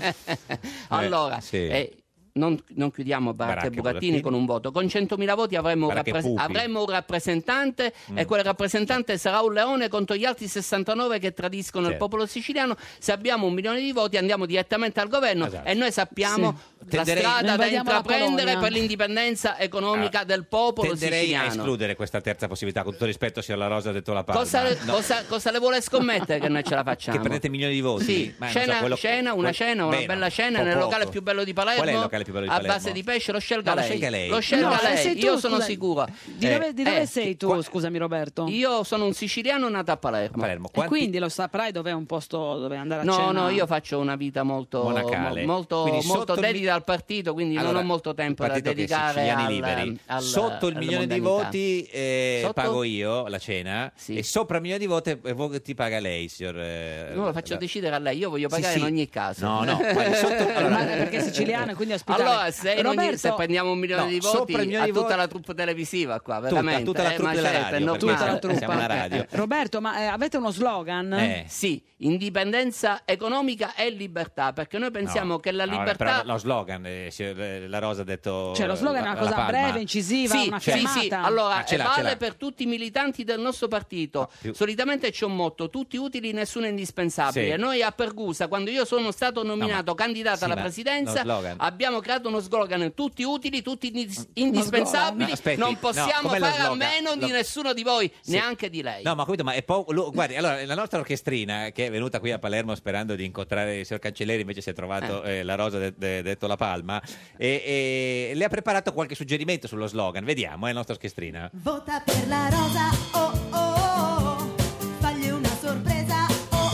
allora,
sì.
eh, non, non chiudiamo Baracca e
Baracca e
Burattini
Burattini.
con un voto. Con 100.000 voti avremo un,
Baracca e
rappres-
Pupi. Mm.
avremo un rappresentante e quel rappresentante sarà un leone contro gli altri 69 che tradiscono il
Certo.
popolo siciliano. Se abbiamo un milione di voti andiamo direttamente al governo
Esatto.
e noi sappiamo
Sì.
la
Tenderei-
strada da
Invadiamo la
intraprendere
Polonia.
per l'indipendenza economica
Ah,
del popolo
Tenderei a
siciliano.
escludere questa terza possibilità, con tutto rispetto, signor La Rosa ha detto La Palma.
Cosa,
No.
cosa- cosa le vuole scommettere che noi ce la facciamo?
Che prendete milioni di voti?
Sì,
Ma non so,
cena,
quello-
cena, una
quel-
cena, una
Beh,
bella
no,
cena
po'
nel
poco.
locale più bello di Palermo.
Qual è il locale più bello di
A
Palermo?
base di pesce, lo scelga
No, lo
lei.
scelga lei.
Lo scelga
No,
lei.
sei tu,
Io sono
scusa.
sicuro.
Di dove, di dove
Eh,
sei tu, scusami Roberto?
Io sono un siciliano nato a Palermo.
E quindi lo saprai dov'è un posto dove andare a
No,
cena?
no, io faccio una vita molto,
Monacale.
mo- molto,
Quindi sotto
molto
il mi-
dedita al partito, quindi non
Allora,
ho molto tempo da
partito che
dedicare
Siciliani
al,
Liberi.
al-
Sotto il
alle
milione di
mondanità.
voti eh,
Sotto?
pago io la cena e sopra il milione di voti eh, vo- ti paga lei, signor... eh,
Non lo faccio
la-
decidere a lei, io voglio
Sì,
pagare
sì.
in ogni caso.
No, no, guardi, sotto- allora-
Eh, Ma perché è siciliano e quindi è ospitale.
Allora, se, in ogni-
Roberto,
se prendiamo un milione
no,
di
sopra
voti,
il milione
a
di
tutta
voti-
la truppa televisiva qua,
Tutta,
veramente.
tutta la
eh,
truppa
ma
della
certo,
radio,
è
perché
normale.
siamo- Tutta la siamo truppa. una radio. Eh.
Roberto, ma eh, avete uno slogan?
Sì, indipendenza economica e libertà, perché noi pensiamo che la
No, vabbè,
libertà
però lo slogan slogan, eh, signor- la Rosa ha detto...
Cioè, lo slogan è una
la
cosa
Palma.
breve, incisiva,
Sì,
una
sì,
chiamata.
sì, allora
Ah, ce l'ha,
vale
ce l'ha. Ah,
per tutti i militanti del nostro partito.
più.
Solitamente c'è un motto: tutti utili, nessuno indispensabile.
Sì.
Noi a Pergusa, quando io sono stato nominato candidato
sì,
alla
ma
presidenza,
lo slogan.
abbiamo creato uno slogan: tutti utili, tutti indis-
slogan.
indispensabili.
No, aspetti,
non
no,
possiamo
com'è lo
fare a
slogan?
meno di
Lo-
nessuno di voi,
Sì.
neanche di lei.
No, ma ho capito, ma è po- lo- guardi, allora, la nostra orchestrina che è venuta qui a Palermo sperando di incontrare il signor Cancelleri, invece si è trovato eh, la rosa de- de- detto la palma, e, e le ha preparato qualche suggerimento sullo slogan. Vediamo, è la nostra orchestrina.
Vota per la rosa, oh oh, oh, oh. fagli una sorpresa, oh oh.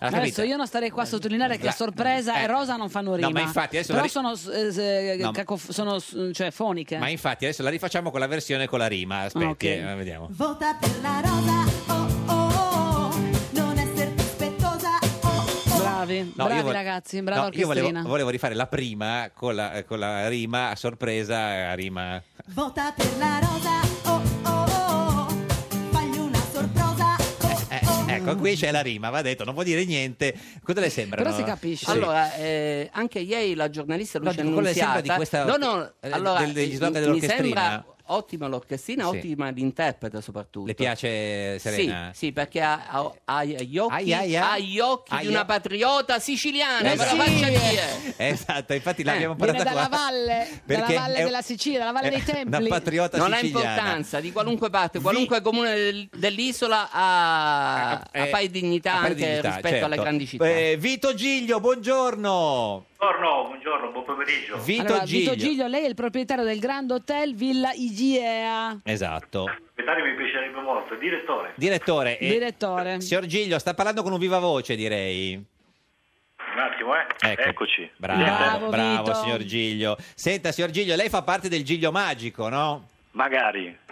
Ha
Adesso
capito?
io non starei qua a sottolineare che
La-
sorpresa e
eh.
rosa non fanno
No,
rima.
ma infatti adesso
Però
la ri-
sono, eh, se-
No, ma-
cacof- sono, s- cioè, foniche.
Ma infatti adesso la rifacciamo con la versione con la rima. Aspetti,
Ah, ok.
eh, vediamo.
Vota per la rosa, oh oh, oh. non essere rispettosa, oh oh.
Bravi,
No,
bravi
io vo-
ragazzi, brava
No, io
orchestrina.
volevo, volevo rifare la prima con la, eh, con la rima a sorpresa, a rima.
Vota per la rosa, oh oh, oh. oh. fagli una sorpresa, oh
Eh, ecco, qui c'è la rima, va detto, non vuol dire niente. Cosa le sembra? no? Sì.
Allora, eh, anche ieri la giornalista Lucia
dico, quella
Annunziata-
sembra di questa-
No, no,
eh,
allora,
del- degli
eh,
slogan
mi
dell'orchestrina.
sembra ottima l'orchestrina,
Sì.
ottima l'interprete soprattutto.
le piace Serena?
Sì, sì, perché ha, ha- ha gli occhi,
Ai, ai, ai.
ha gli occhi
Ai,
di una
ai.
patriota siciliana.
Eh,
ve la
sì.
faccia dire.
Esatto, infatti l'abbiamo
Viene
parlata
dalla
qua.
valle, dalla
Perché
valle
è-
della Sicilia, dalla valle
è
dei templi.
una patriota
non ha
siciliana.
importanza di qualunque parte, qualunque comune del- dell'isola ha, ha
eh,
pari dignità
A parte
anche
dignità,
rispetto
certo.
alle grandi città.
Eh, Vito Giglio, buongiorno.
Buongiorno, buongiorno, buon pomeriggio.
Vito
Allora,
Giglio.
Vito Giglio, lei è il proprietario del Grand Hotel Villa Igea.
Esatto.
Proprietario mi piacerebbe molto, direttore.
Direttore, eh,
Direttore.
signor Giglio, sta parlando con un viva voce, direi.
Un attimo, eh.
Eccoci. Bravo,
Bravo,
bravo,
Vito.
signor Giglio. Senta, signor Giglio, lei fa parte del Giglio Magico, no?
Magari.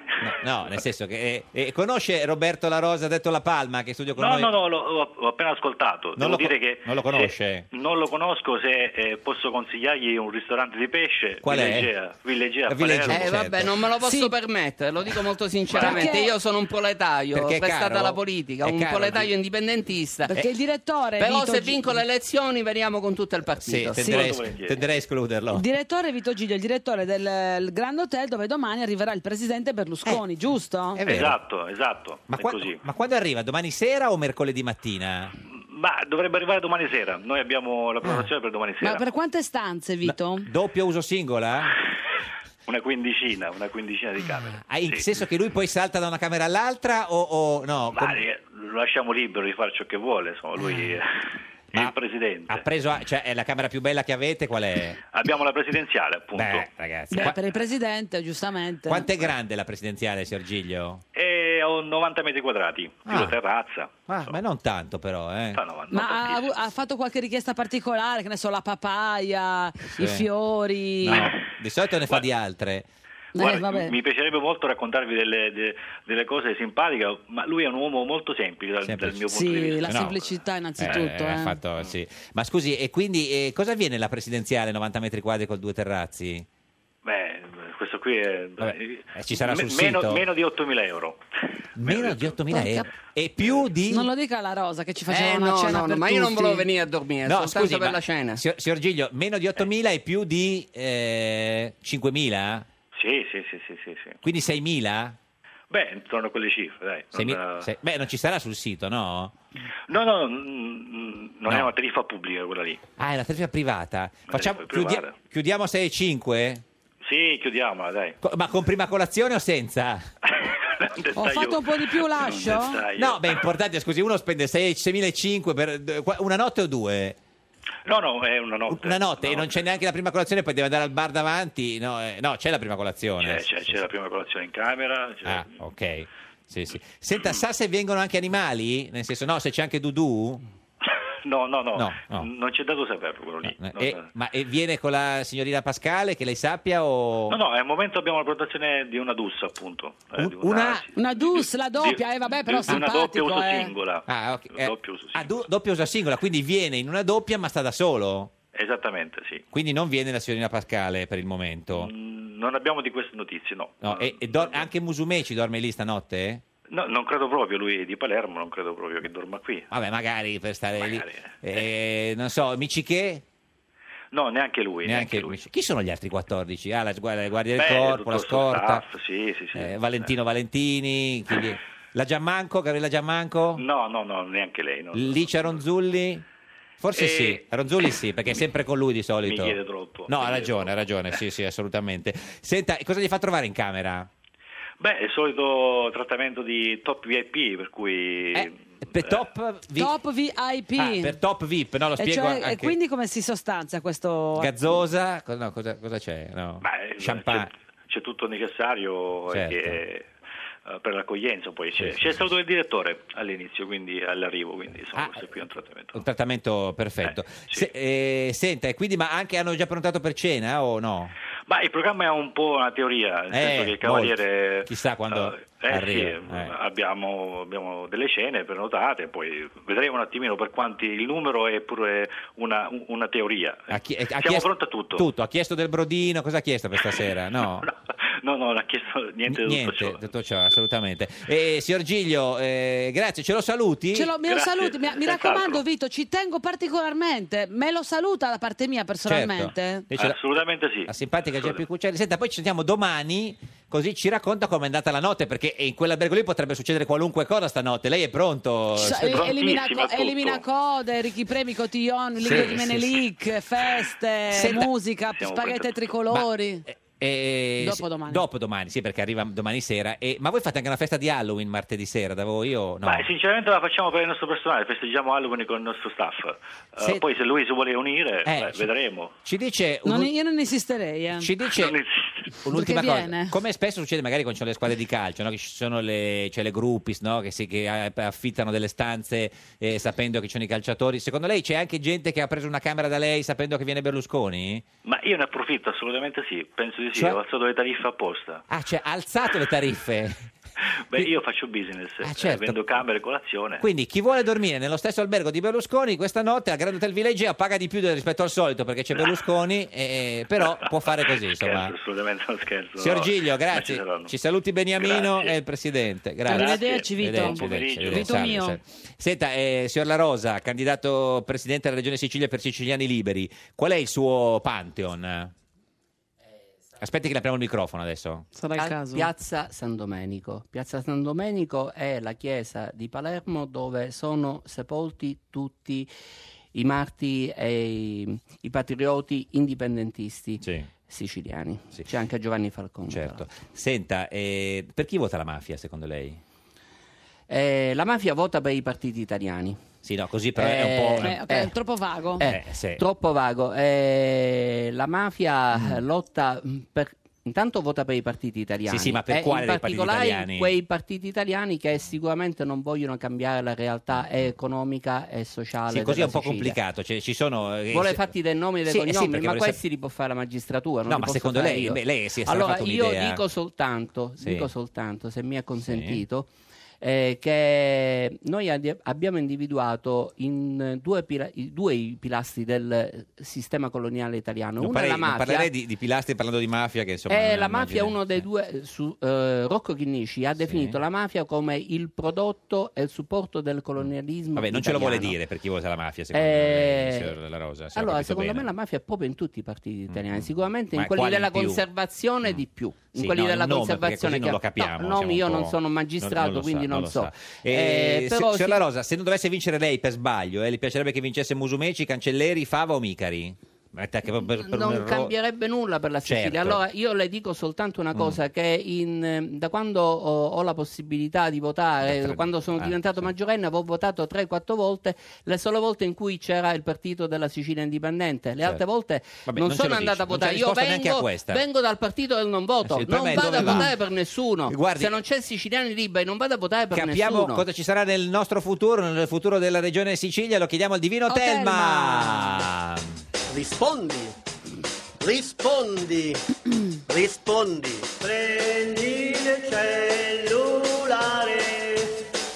No, nel senso che eh, eh, conosce Roberto La Rosa, detto La Palma, che studia con
No,
noi.
no, no, l'ho- ho, ho appena ascoltato.
Non
Devo
lo, co-
dire che
non lo conosce.
non lo conosco se eh, posso consigliargli un ristorante di pesce.
Qual è? certo.
Villegea. Villegea a
La Villegea,
Eh,
Palermo.
vabbè, non me lo posso permettere, lo dico molto sinceramente.
Perché-
Io sono un proletario,
Perché è
prestata
caro?
alla politica,
È
un
caro,
proletario
sì.
indipendentista.
Perché il direttore
Però
Vito
se
Gi-
vinco le elezioni veniamo con tutto il
Sì,
partito.
tenderei, tenderei a escluderlo.
Il direttore Vito Giglio, il direttore del eh, Grand Hotel dove domani arriverà il presidente Berlusconi,
Eh.
giusto?
È vero.
Esatto, esatto.
Ma,
è
qua-
così.
ma quando arriva? Domani sera o mercoledì mattina?
Ma dovrebbe arrivare domani sera. Noi abbiamo
Ah.
la prenotazione per domani sera.
Ma per quante stanze, Vito?
Doppio uso singola?
Una quindicina, una quindicina di camere.
Ah, in senso che lui poi salta da una camera all'altra o, o no?
Ma
Com-
eh, lo lasciamo libero di fare ciò che vuole, insomma, lui
Ah.
è è il presidente.
ha preso, a- cioè, è la camera più bella che avete qual è?
Abbiamo la presidenziale, appunto.
Beh, ragazzi,
Beh,
qua-
per il presidente, giustamente.
quanto è grande la presidenziale, Sergiglio?
E ho 90 metri quadrati, più
Ah.
la terrazza.
Ma, ma non tanto però, eh.
Ma ha, avu- ha fatto qualche richiesta particolare, che ne so, la papaya,
Eh, Sì.
i fiori.
No, di solito ne fa di altre.
Eh,
Guarda,
vabbè.
mi piacerebbe molto raccontarvi delle, de- delle cose simpatiche, ma lui è un uomo molto semplice dal, dal mio punto di
Sì,
vista.
la semplicità innanzitutto.
Eh,
eh.
ha fatto- sì. Ma scusi, e quindi eh, cosa avviene la presidenziale 90 metri quadri con due terrazzi?
Beh, questo qui è...
eh, ci sarà sul
meno,
sito?
meno di 8.000 euro.
Meno
eh,
di 8.000
Porca-
euro e più di...
Non lo dica alla Rosa che ci faceva
Eh,
una
no,
cena
no, no,
per
ma io non
tutti.
volevo venire a dormire,
No,
Eh, soltanto
scusi,
per
ma-
la cena.
Signor, signor Giglio, meno di 8.000 e più di eh, 5.000?
Sì, sì, sì, sì, sì, sì.
Quindi 6.000?
Beh, intorno a quelle cifre, dai.
6.000?
Non-
Sei- Beh, non ci sarà sul sito, no?
No, no, mm, mm, non
No.
è una tariffa pubblica quella lì.
Ah, è una tariffa privata. Facciamo-
tariffa
chiudia-
privata.
chiudiamo a 6.500?
Sì, chiudiamola, dai.
Co- ma con prima colazione o senza?
Ho fatto un po' di più, lascio?
No, beh, è importante, scusi, uno spende 6 6.500 per qua- una notte o due?
No, no, è una notte.
Eh, Una notte e non c'è neanche la prima colazione, poi deve andare al bar davanti. No, eh, no c'è la prima colazione.
C'è, c'è- c'è la prima colazione in camera. c'è-
Ah, ok. Sì, sì. Senta, sa se vengono anche animali? Nel senso, no, se c'è anche Dudu?
No, no, no,
No, no.
Non c'è dato saperlo quello lì. Non
Eh,
sa-
ma eh, viene con la signorina Pascale, che lei sappia, o...
No, no, al momento abbiamo la protezione di una dussa, appunto. Eh, di
Una...
Una dus, la doppia, eh, vabbè, però
di una doppia
simpatico,
uso
eh.
singola.
Ah, ok. Eh,
Doppio uso
ah, du- doppia usa singola, quindi viene in una doppia ma sta da solo.
Esattamente, sì.
Quindi non viene la signorina Pascale per il momento.
Non abbiamo di queste notizie, Mm, no.
No, e, e dor- anche Musumeci dorme lì stanotte?
No, non credo proprio, lui è di Palermo, non credo proprio che dorma qui.
Eh, Vabbè, magari per stare lì. Eh, non so, Michiché?
No, neanche lui.
Neanche lui. Chi sono gli altri 14? Ah, la sgu- la guardia del
Beh,
corpo,
tutto
la
il
scorta.
staff, sì, sì, sì.
eh, Valentino Valentini. chi vi- La Giammanco, Gabriella Giammanco?
No, no, no, neanche lei. no.
Licia Ronzulli? Forse
Eh,
sì, Ronzulli sì, perché è sempre con lui di solito.
mi chiede troppo, Eh.
No,
mi
ha
chiede
ragione, ha ragione, sì, sì, assolutamente. Senta, cosa gli fa trovare in camera?
Beh, il solito trattamento di top VIP, per cui...
Per
Eh.
top, vi-
Top VIP.
Ah, per top VIP, no, lo
E
spiego
cioè- e
anche.
quindi come si sostanzia questo...
Gazzosa, co- no, cosa, cosa c'è? No. Champagne.
c'è tutto eh, il certo. necessario
Certo.
che, eh, per l'accoglienza poi c'è, c'è stato il direttore all'inizio quindi all'arrivo quindi sono questo qui è un trattamento
Un trattamento perfetto. Se- eh, senta, e quindi ma anche hanno già prenotato per cena o no?
ma il programma è un po' una teoria nel
Eh,
senso che il cavaliere
molti. Chissà quando
eh,
arriva.
sì, abbiamo, abbiamo delle scene prenotate poi vedremo un attimino per quanti il numero è pure una, una teoria
Ha chi- ha
siamo
chiesto-
pronti a tutto
Ha chiesto del brodino, cosa ha chiesto per stasera? No,
no no non ha chiesto niente di tutto ciò
niente, tutto ciò, assolutamente. Eh, signor Giglio, eh, grazie, ce lo saluti?
Ce lo- me lo saluti, mi, mi raccomando Vito, ci tengo particolarmente, me lo saluta da parte mia
Certo.
personalmente.
Assolutamente sì.
La simpatica Geppi Cucciari. Senta, poi ci sentiamo domani, così ci racconta com'è andata la notte, perché in quell'albergo lì potrebbe succedere qualunque cosa stanotte. Lei è pronto?
Sa-
signor-
e- Cioè, eh, elimina, co- elimina code, ricchi premi, cotillon, libro
sì,
di Menelik, feste,
Senta-
musica,
Siamo
spaghetti
contenti.
ai tricolori.
Eh,
Dopo
sì,
domani.
dopodomani, sì, perché arriva domani sera. E- ma voi fate anche una festa di Halloween martedì sera da voi? Io no.
Ma sinceramente la facciamo per il nostro personale, festeggiamo Halloween con il nostro staff. Eh,
Se-
Poi se lui si vuole unire,
Eh,
beh,
sì.
vedremo.
Ci dice un-
Non- io non insisterei. eh.
Ci dice un'ultima
Perché
cosa,
viene.
come spesso succede magari quando ci sono le squadre di calcio, no? che ci sono le, cioè le groupies no? che, si, che eh, affittano delle stanze eh, sapendo che ci sono i calciatori, secondo lei c'è anche gente che ha preso una camera da lei sapendo che viene Berlusconi?
Ma io ne approfitto, assolutamente sì, penso di sì,
Cioè?
ho alzato le tariffe apposta.
Ah, cioè ha alzato le tariffe,
Beh, io faccio business, eh,
certo.
vendo camere, colazione.
quindi chi vuole dormire nello stesso albergo di Berlusconi questa notte al Grand Hotel Villeggia paga di più del- rispetto al solito perché c'è Berlusconi, eh, però può fare così insomma.
Scherzo, assolutamente non scherzo.
Signor
no.
Giglio,
Ma ci
grazie.
saranno.
Ci saluti Beniamino
Grazie.
e il presidente. Grazie.
Arrivederci, Vito.
Arrivederci,
Buon pomeriggio.
arrivederci, arrivederci,
Vito
salve, salve. Senta, eh, signor La Rosa, candidato presidente della Regione Sicilia per Siciliani Liberi, qual è il suo pantheon? Aspetti che le apriamo il microfono adesso.
Sarà
Pia- Piazza San Domenico. Piazza San Domenico è la chiesa di Palermo dove sono sepolti tutti i martiri e i, i patrioti indipendentisti siciliani. C'è anche Giovanni Falcone. tra
Certo. Senta, eh, per chi vota la mafia secondo lei?
Eh, la mafia vota per i partiti italiani.
Sì, no, così però è un po'...
Eh, ok, è troppo vago.
Eh, Troppo vago. Eh, la mafia
Mm.
eh, lotta mh, per. Intanto vota per i partiti italiani.
Sì, sì, ma per
e
quale
in
dei partiti
particolare
italiani?
quei partiti italiani che sicuramente non vogliono cambiare la realtà economica e sociale.
Mm. Sì, così è
della
un po'
Sicilia.
complicato. cioè, ci sono... eh,
Vuole
se-
fatti dei nomi e dei
Sì, eh sì,
cognomi,
perché
ma
vorrei
questi
sap-
li può fare la magistratura. non
No,
li
ma
posso
secondo
fare
lei-
io.
beh, lei si è stata
allora,
fatta
io
un'idea.
dico soltanto,
Sì.
dico soltanto, se mi è consentito, eh, che noi adi- abbiamo individuato in eh, due, pila- i- due i pilastri del eh, sistema coloniale italiano.
Non,
Uno è
parei-
la
non
mafia.
parlerei di, di pilastri parlando di mafia che insomma...
Eh,
non
la
immagino-
mafia è uno dei due, su- eh, Rocco Chinnici ha definito la mafia come il prodotto e il supporto del colonialismo.
Vabbè, non ce lo vuole
italiano.
dire per chi vota la mafia, secondo
Eh,
lei, signor La Rosa. se ho
allora,
capito
secondo
bene. Mm-hmm.
me la mafia è proprio in tutti i partiti italiani, sicuramente
Ma
in quelli
quali
della
in più? Mm.
conservazione di più. In
Sì,
quelli
no, il
della
nome, perché
conservazione
così non lo
che-
capiamo.
No,
siamo
nomi io
un po'-
non sono magistrato,
non lo
quindi
sa,
non,
lo
so.
sa. Eh,
Eh,
se-
però
signor
sì-
La Rosa, se non dovesse vincere lei per sbaglio, eh, le piacerebbe che vincesse Musumeci, Cancelleri, Fava o Micari? Metta che per- per un
non
erro-
cambierebbe nulla per la Sicilia.
Certo. Mm.
Allora io le dico soltanto una cosa: che in, eh, da quando ho, ho la possibilità di votare,
Da tre-
quando sono
ah,
diventato maggiorenne, avevo votato 3-4 volte, le sole volte in cui c'era il partito della Sicilia indipendente, le altre
Certo.
volte
Vabbè,
non,
non ce
sono
lo
andato a
dici, non c'è
votare. Io
risposta neanche a
vengo,
questa.
vengo dal partito del non voto,
Eh sì, il
non
problema è
vado a
dove va.
votare per nessuno.
Guardi-
Se non c'è siciliani liberi, non vado a votare per
Capiamo
nessuno.
cosa ci sarà nel nostro futuro, nel futuro della regione Sicilia, lo chiediamo al divino
Oh,
Telma.
Rispondi, rispondi, rispondi. Prendi il cellulare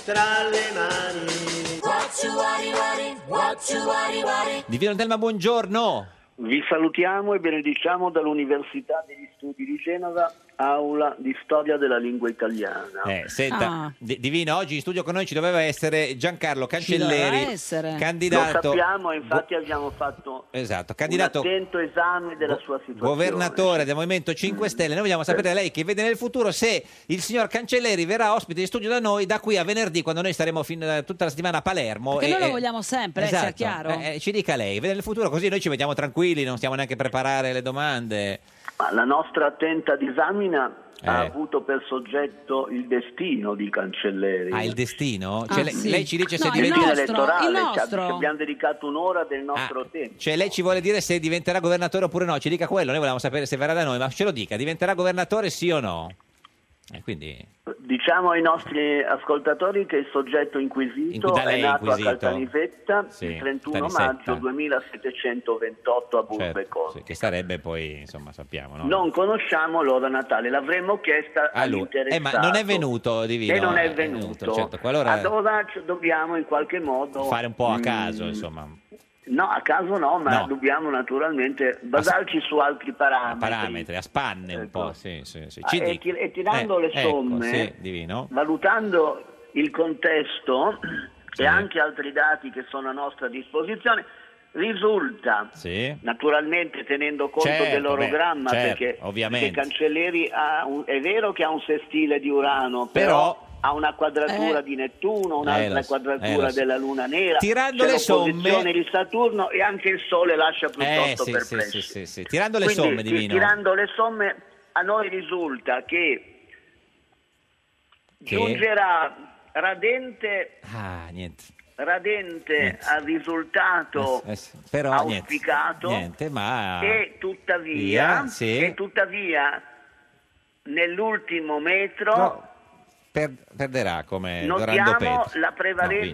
tra le mani.
What you worry, worry, what you worry, worry.
Divino Telma, buongiorno.
Vi salutiamo e benediciamo dall'Università degli Studi di Genova, aula di storia della lingua italiana.
Eh, senta,
Ah.
Di- Divino, oggi in studio con noi ci doveva essere Giancarlo
doveva
Cancelleri,
essere.
candidato,
Lo sappiamo, infatti abbiamo fatto
esatto,
un
candidato
attento esame della sua situazione.
governatore del Movimento 5 Stelle. Noi vogliamo sapere da lei che vede nel futuro se il signor Cancelleri verrà ospite di studio da noi da qui a venerdì, quando noi staremo fin, eh, tutta la settimana a Palermo.
Perché
e-
noi lo
e-
vogliamo sempre, eh,
Esatto.
sia chiaro.
Eh, eh, ci dica lei, vede nel futuro così noi ci vediamo tranquilli, non stiamo neanche a preparare le domande.
Ma la nostra attenta disamina ha
Eh.
avuto per soggetto il destino di Cancelleri.
Ha Ah, il destino?
Ah,
Cioè, le- lei ci dice se
Ah, No, il
diventa-
destino elettorale, cioè, ci abbiamo dedicato un'ora del nostro tempo.
Cioè, lei ci vuole dire se diventerà governatore oppure no? Ci dica quello, noi volevamo sapere se verrà da noi, ma ce lo dica, diventerà governatore sì o no? E quindi
Diciamo ai nostri ascoltatori che il soggetto inquisito
In- da lei
è nato
inquisito.
a Caltanivetta
Sì,
il 31
Caltanissetta.
maggio 2728 a Burbe
certo, sì, che sarebbe poi, insomma, sappiamo, no?
Non conosciamo l'ora natale, l'avremmo chiesta
A lui. Eh, ma
all'interessato.
non è venuto Divino.
E non è
venuto. Certo, qualora
Allora ci dobbiamo in qualche modo
fare un po' a
mm,
caso, insomma.
No, a caso no, ma
No.
dobbiamo naturalmente basarci su altri parametri.
Ah, Parametri, a spanne un po', sì, sì, sì.
Ah,
Ci
e,
dica.
ti- e tirando
Eh,
le
ecco,
somme,
sì, divino.
valutando il contesto e anche altri dati che sono a nostra disposizione, risulta,
Sì.
naturalmente tenendo conto
Certo,
dell'orogramma,
beh, certo,
perché,
ovviamente.
perché Cancelleri ha un- è vero che ha un sestile di Urano, però,
Però-
ha una quadratura
Eh.
di Nettuno,
Eh,
un'altra
lo so, eh,
quadratura
lo so.
della Luna Nera,
Tirando
c'è
le somme-
l'opposizione di Saturno e anche il Sole lascia
Eh, sì,
piuttosto
sì,
perplesso.
sì, sì, sì. Tirando le
Quindi,
somme,
ti-
divino.
Tirando le somme, a noi risulta che,
Che?
giungerà radente,
Ah, niente.
radente al risultato
Eh, sì, Però niente.
auspicato
Niente, ma
e tuttavia,
Via, sì.
e tuttavia nell'ultimo metro
per- perderà come Eh, Dorando
notiamo
Petri.
la
No, quindi- eh.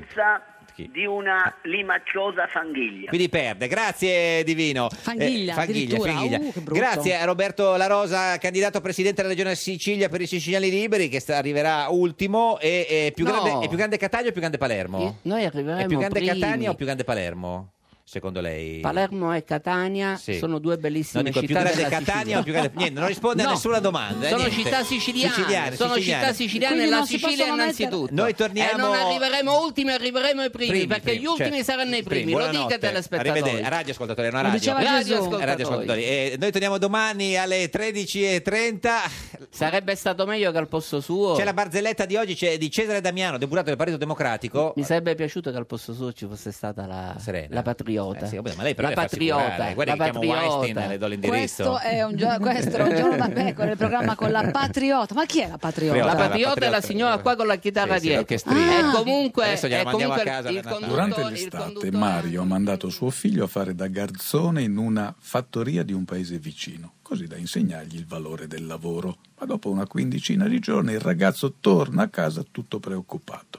prevalenza
chi?
di una limacciosa fanghiglia.
Quindi perde, grazie Divino. Eh,
Fanghiglia, addirittura. Uh, che brutto.
grazie a Roberto La Rosa, candidato a presidente della regione Sicilia per i siciliani liberi, che sta- arriverà ultimo. E, e più
No.
grande, è più grande Catania o più grande Palermo?
Noi
È
arriveremo
più grande
primi.
Catania o più grande Palermo? Secondo lei?
Palermo e Catania
Sì.
sono due bellissime
No, dico, è
città
più grande
della
Catania
Sicilia.
o più grande- niente, non risponde a nessuna domanda, eh,
Sono
niente.
città siciliane,
Siciliane,
sono
siciliane.
città siciliane
Quindi
la
non si
Sicilia
possono mettere-
innanzitutto.
Noi torniamo-
E Eh, non arriveremo ultimi, arriveremo ai primi,
Primi,
perché
primi,
gli ultimi
certo.
saranno i primi, lo dica ai
buonanotte.
telespettatori.
Arrivederci, radioascoltatori, no,
Lo
radio.
diceva Gesù. Radioascoltatori.
Radioascoltatori. Eh, noi torniamo domani alle 13.30.
Sarebbe stato meglio che al posto suo...
C'è la barzelletta di oggi c'è di Cesare Damiano, deputato del Partito Democratico.
Mi sarebbe piaciuto che al posto suo ci fosse stata la, la patriota.
Eh sì, vabbè, ma lei però
la
deve farsi curare.
patriota.
Guarda
la
che chiamo
patriota.
Weinstein e le do l'indirizzo.
Questo
esatto.
è un, gio- questo è un giorno da pecora, il programma con la Patriota. Ma chi è la Patriota?
La patriota è la signora qua con la chitarra
Sì, sì,
dietro.
l'orchestrina.
E comunque,
Adesso gliela
e
mandiamo
comunque
a casa
il
per Natale.
conduttore-
Durante
il
l'estate Mario ha mandato suo figlio a fare da garzone in una fattoria di un paese vicino, così da insegnargli il valore del lavoro. Ma dopo una quindicina di giorni il ragazzo torna a casa tutto preoccupato.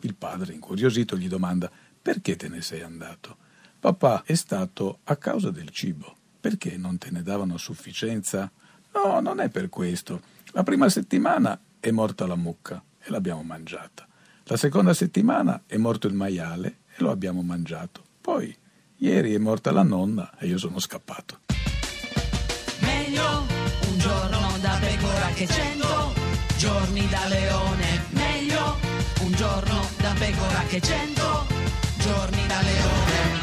Il padre, incuriosito, gli domanda perché te ne sei andato? Papà è stato a causa del cibo. Perché non te ne davano a sufficienza? No, non è per questo. La prima settimana è morta la mucca e l'abbiamo mangiata. La seconda settimana è morto il maiale e lo abbiamo mangiato. Poi ieri è morta la nonna e io sono scappato.
Meglio un giorno da pecora che cento giorni da leone. Meglio un giorno da pecora che cento giorni da leone.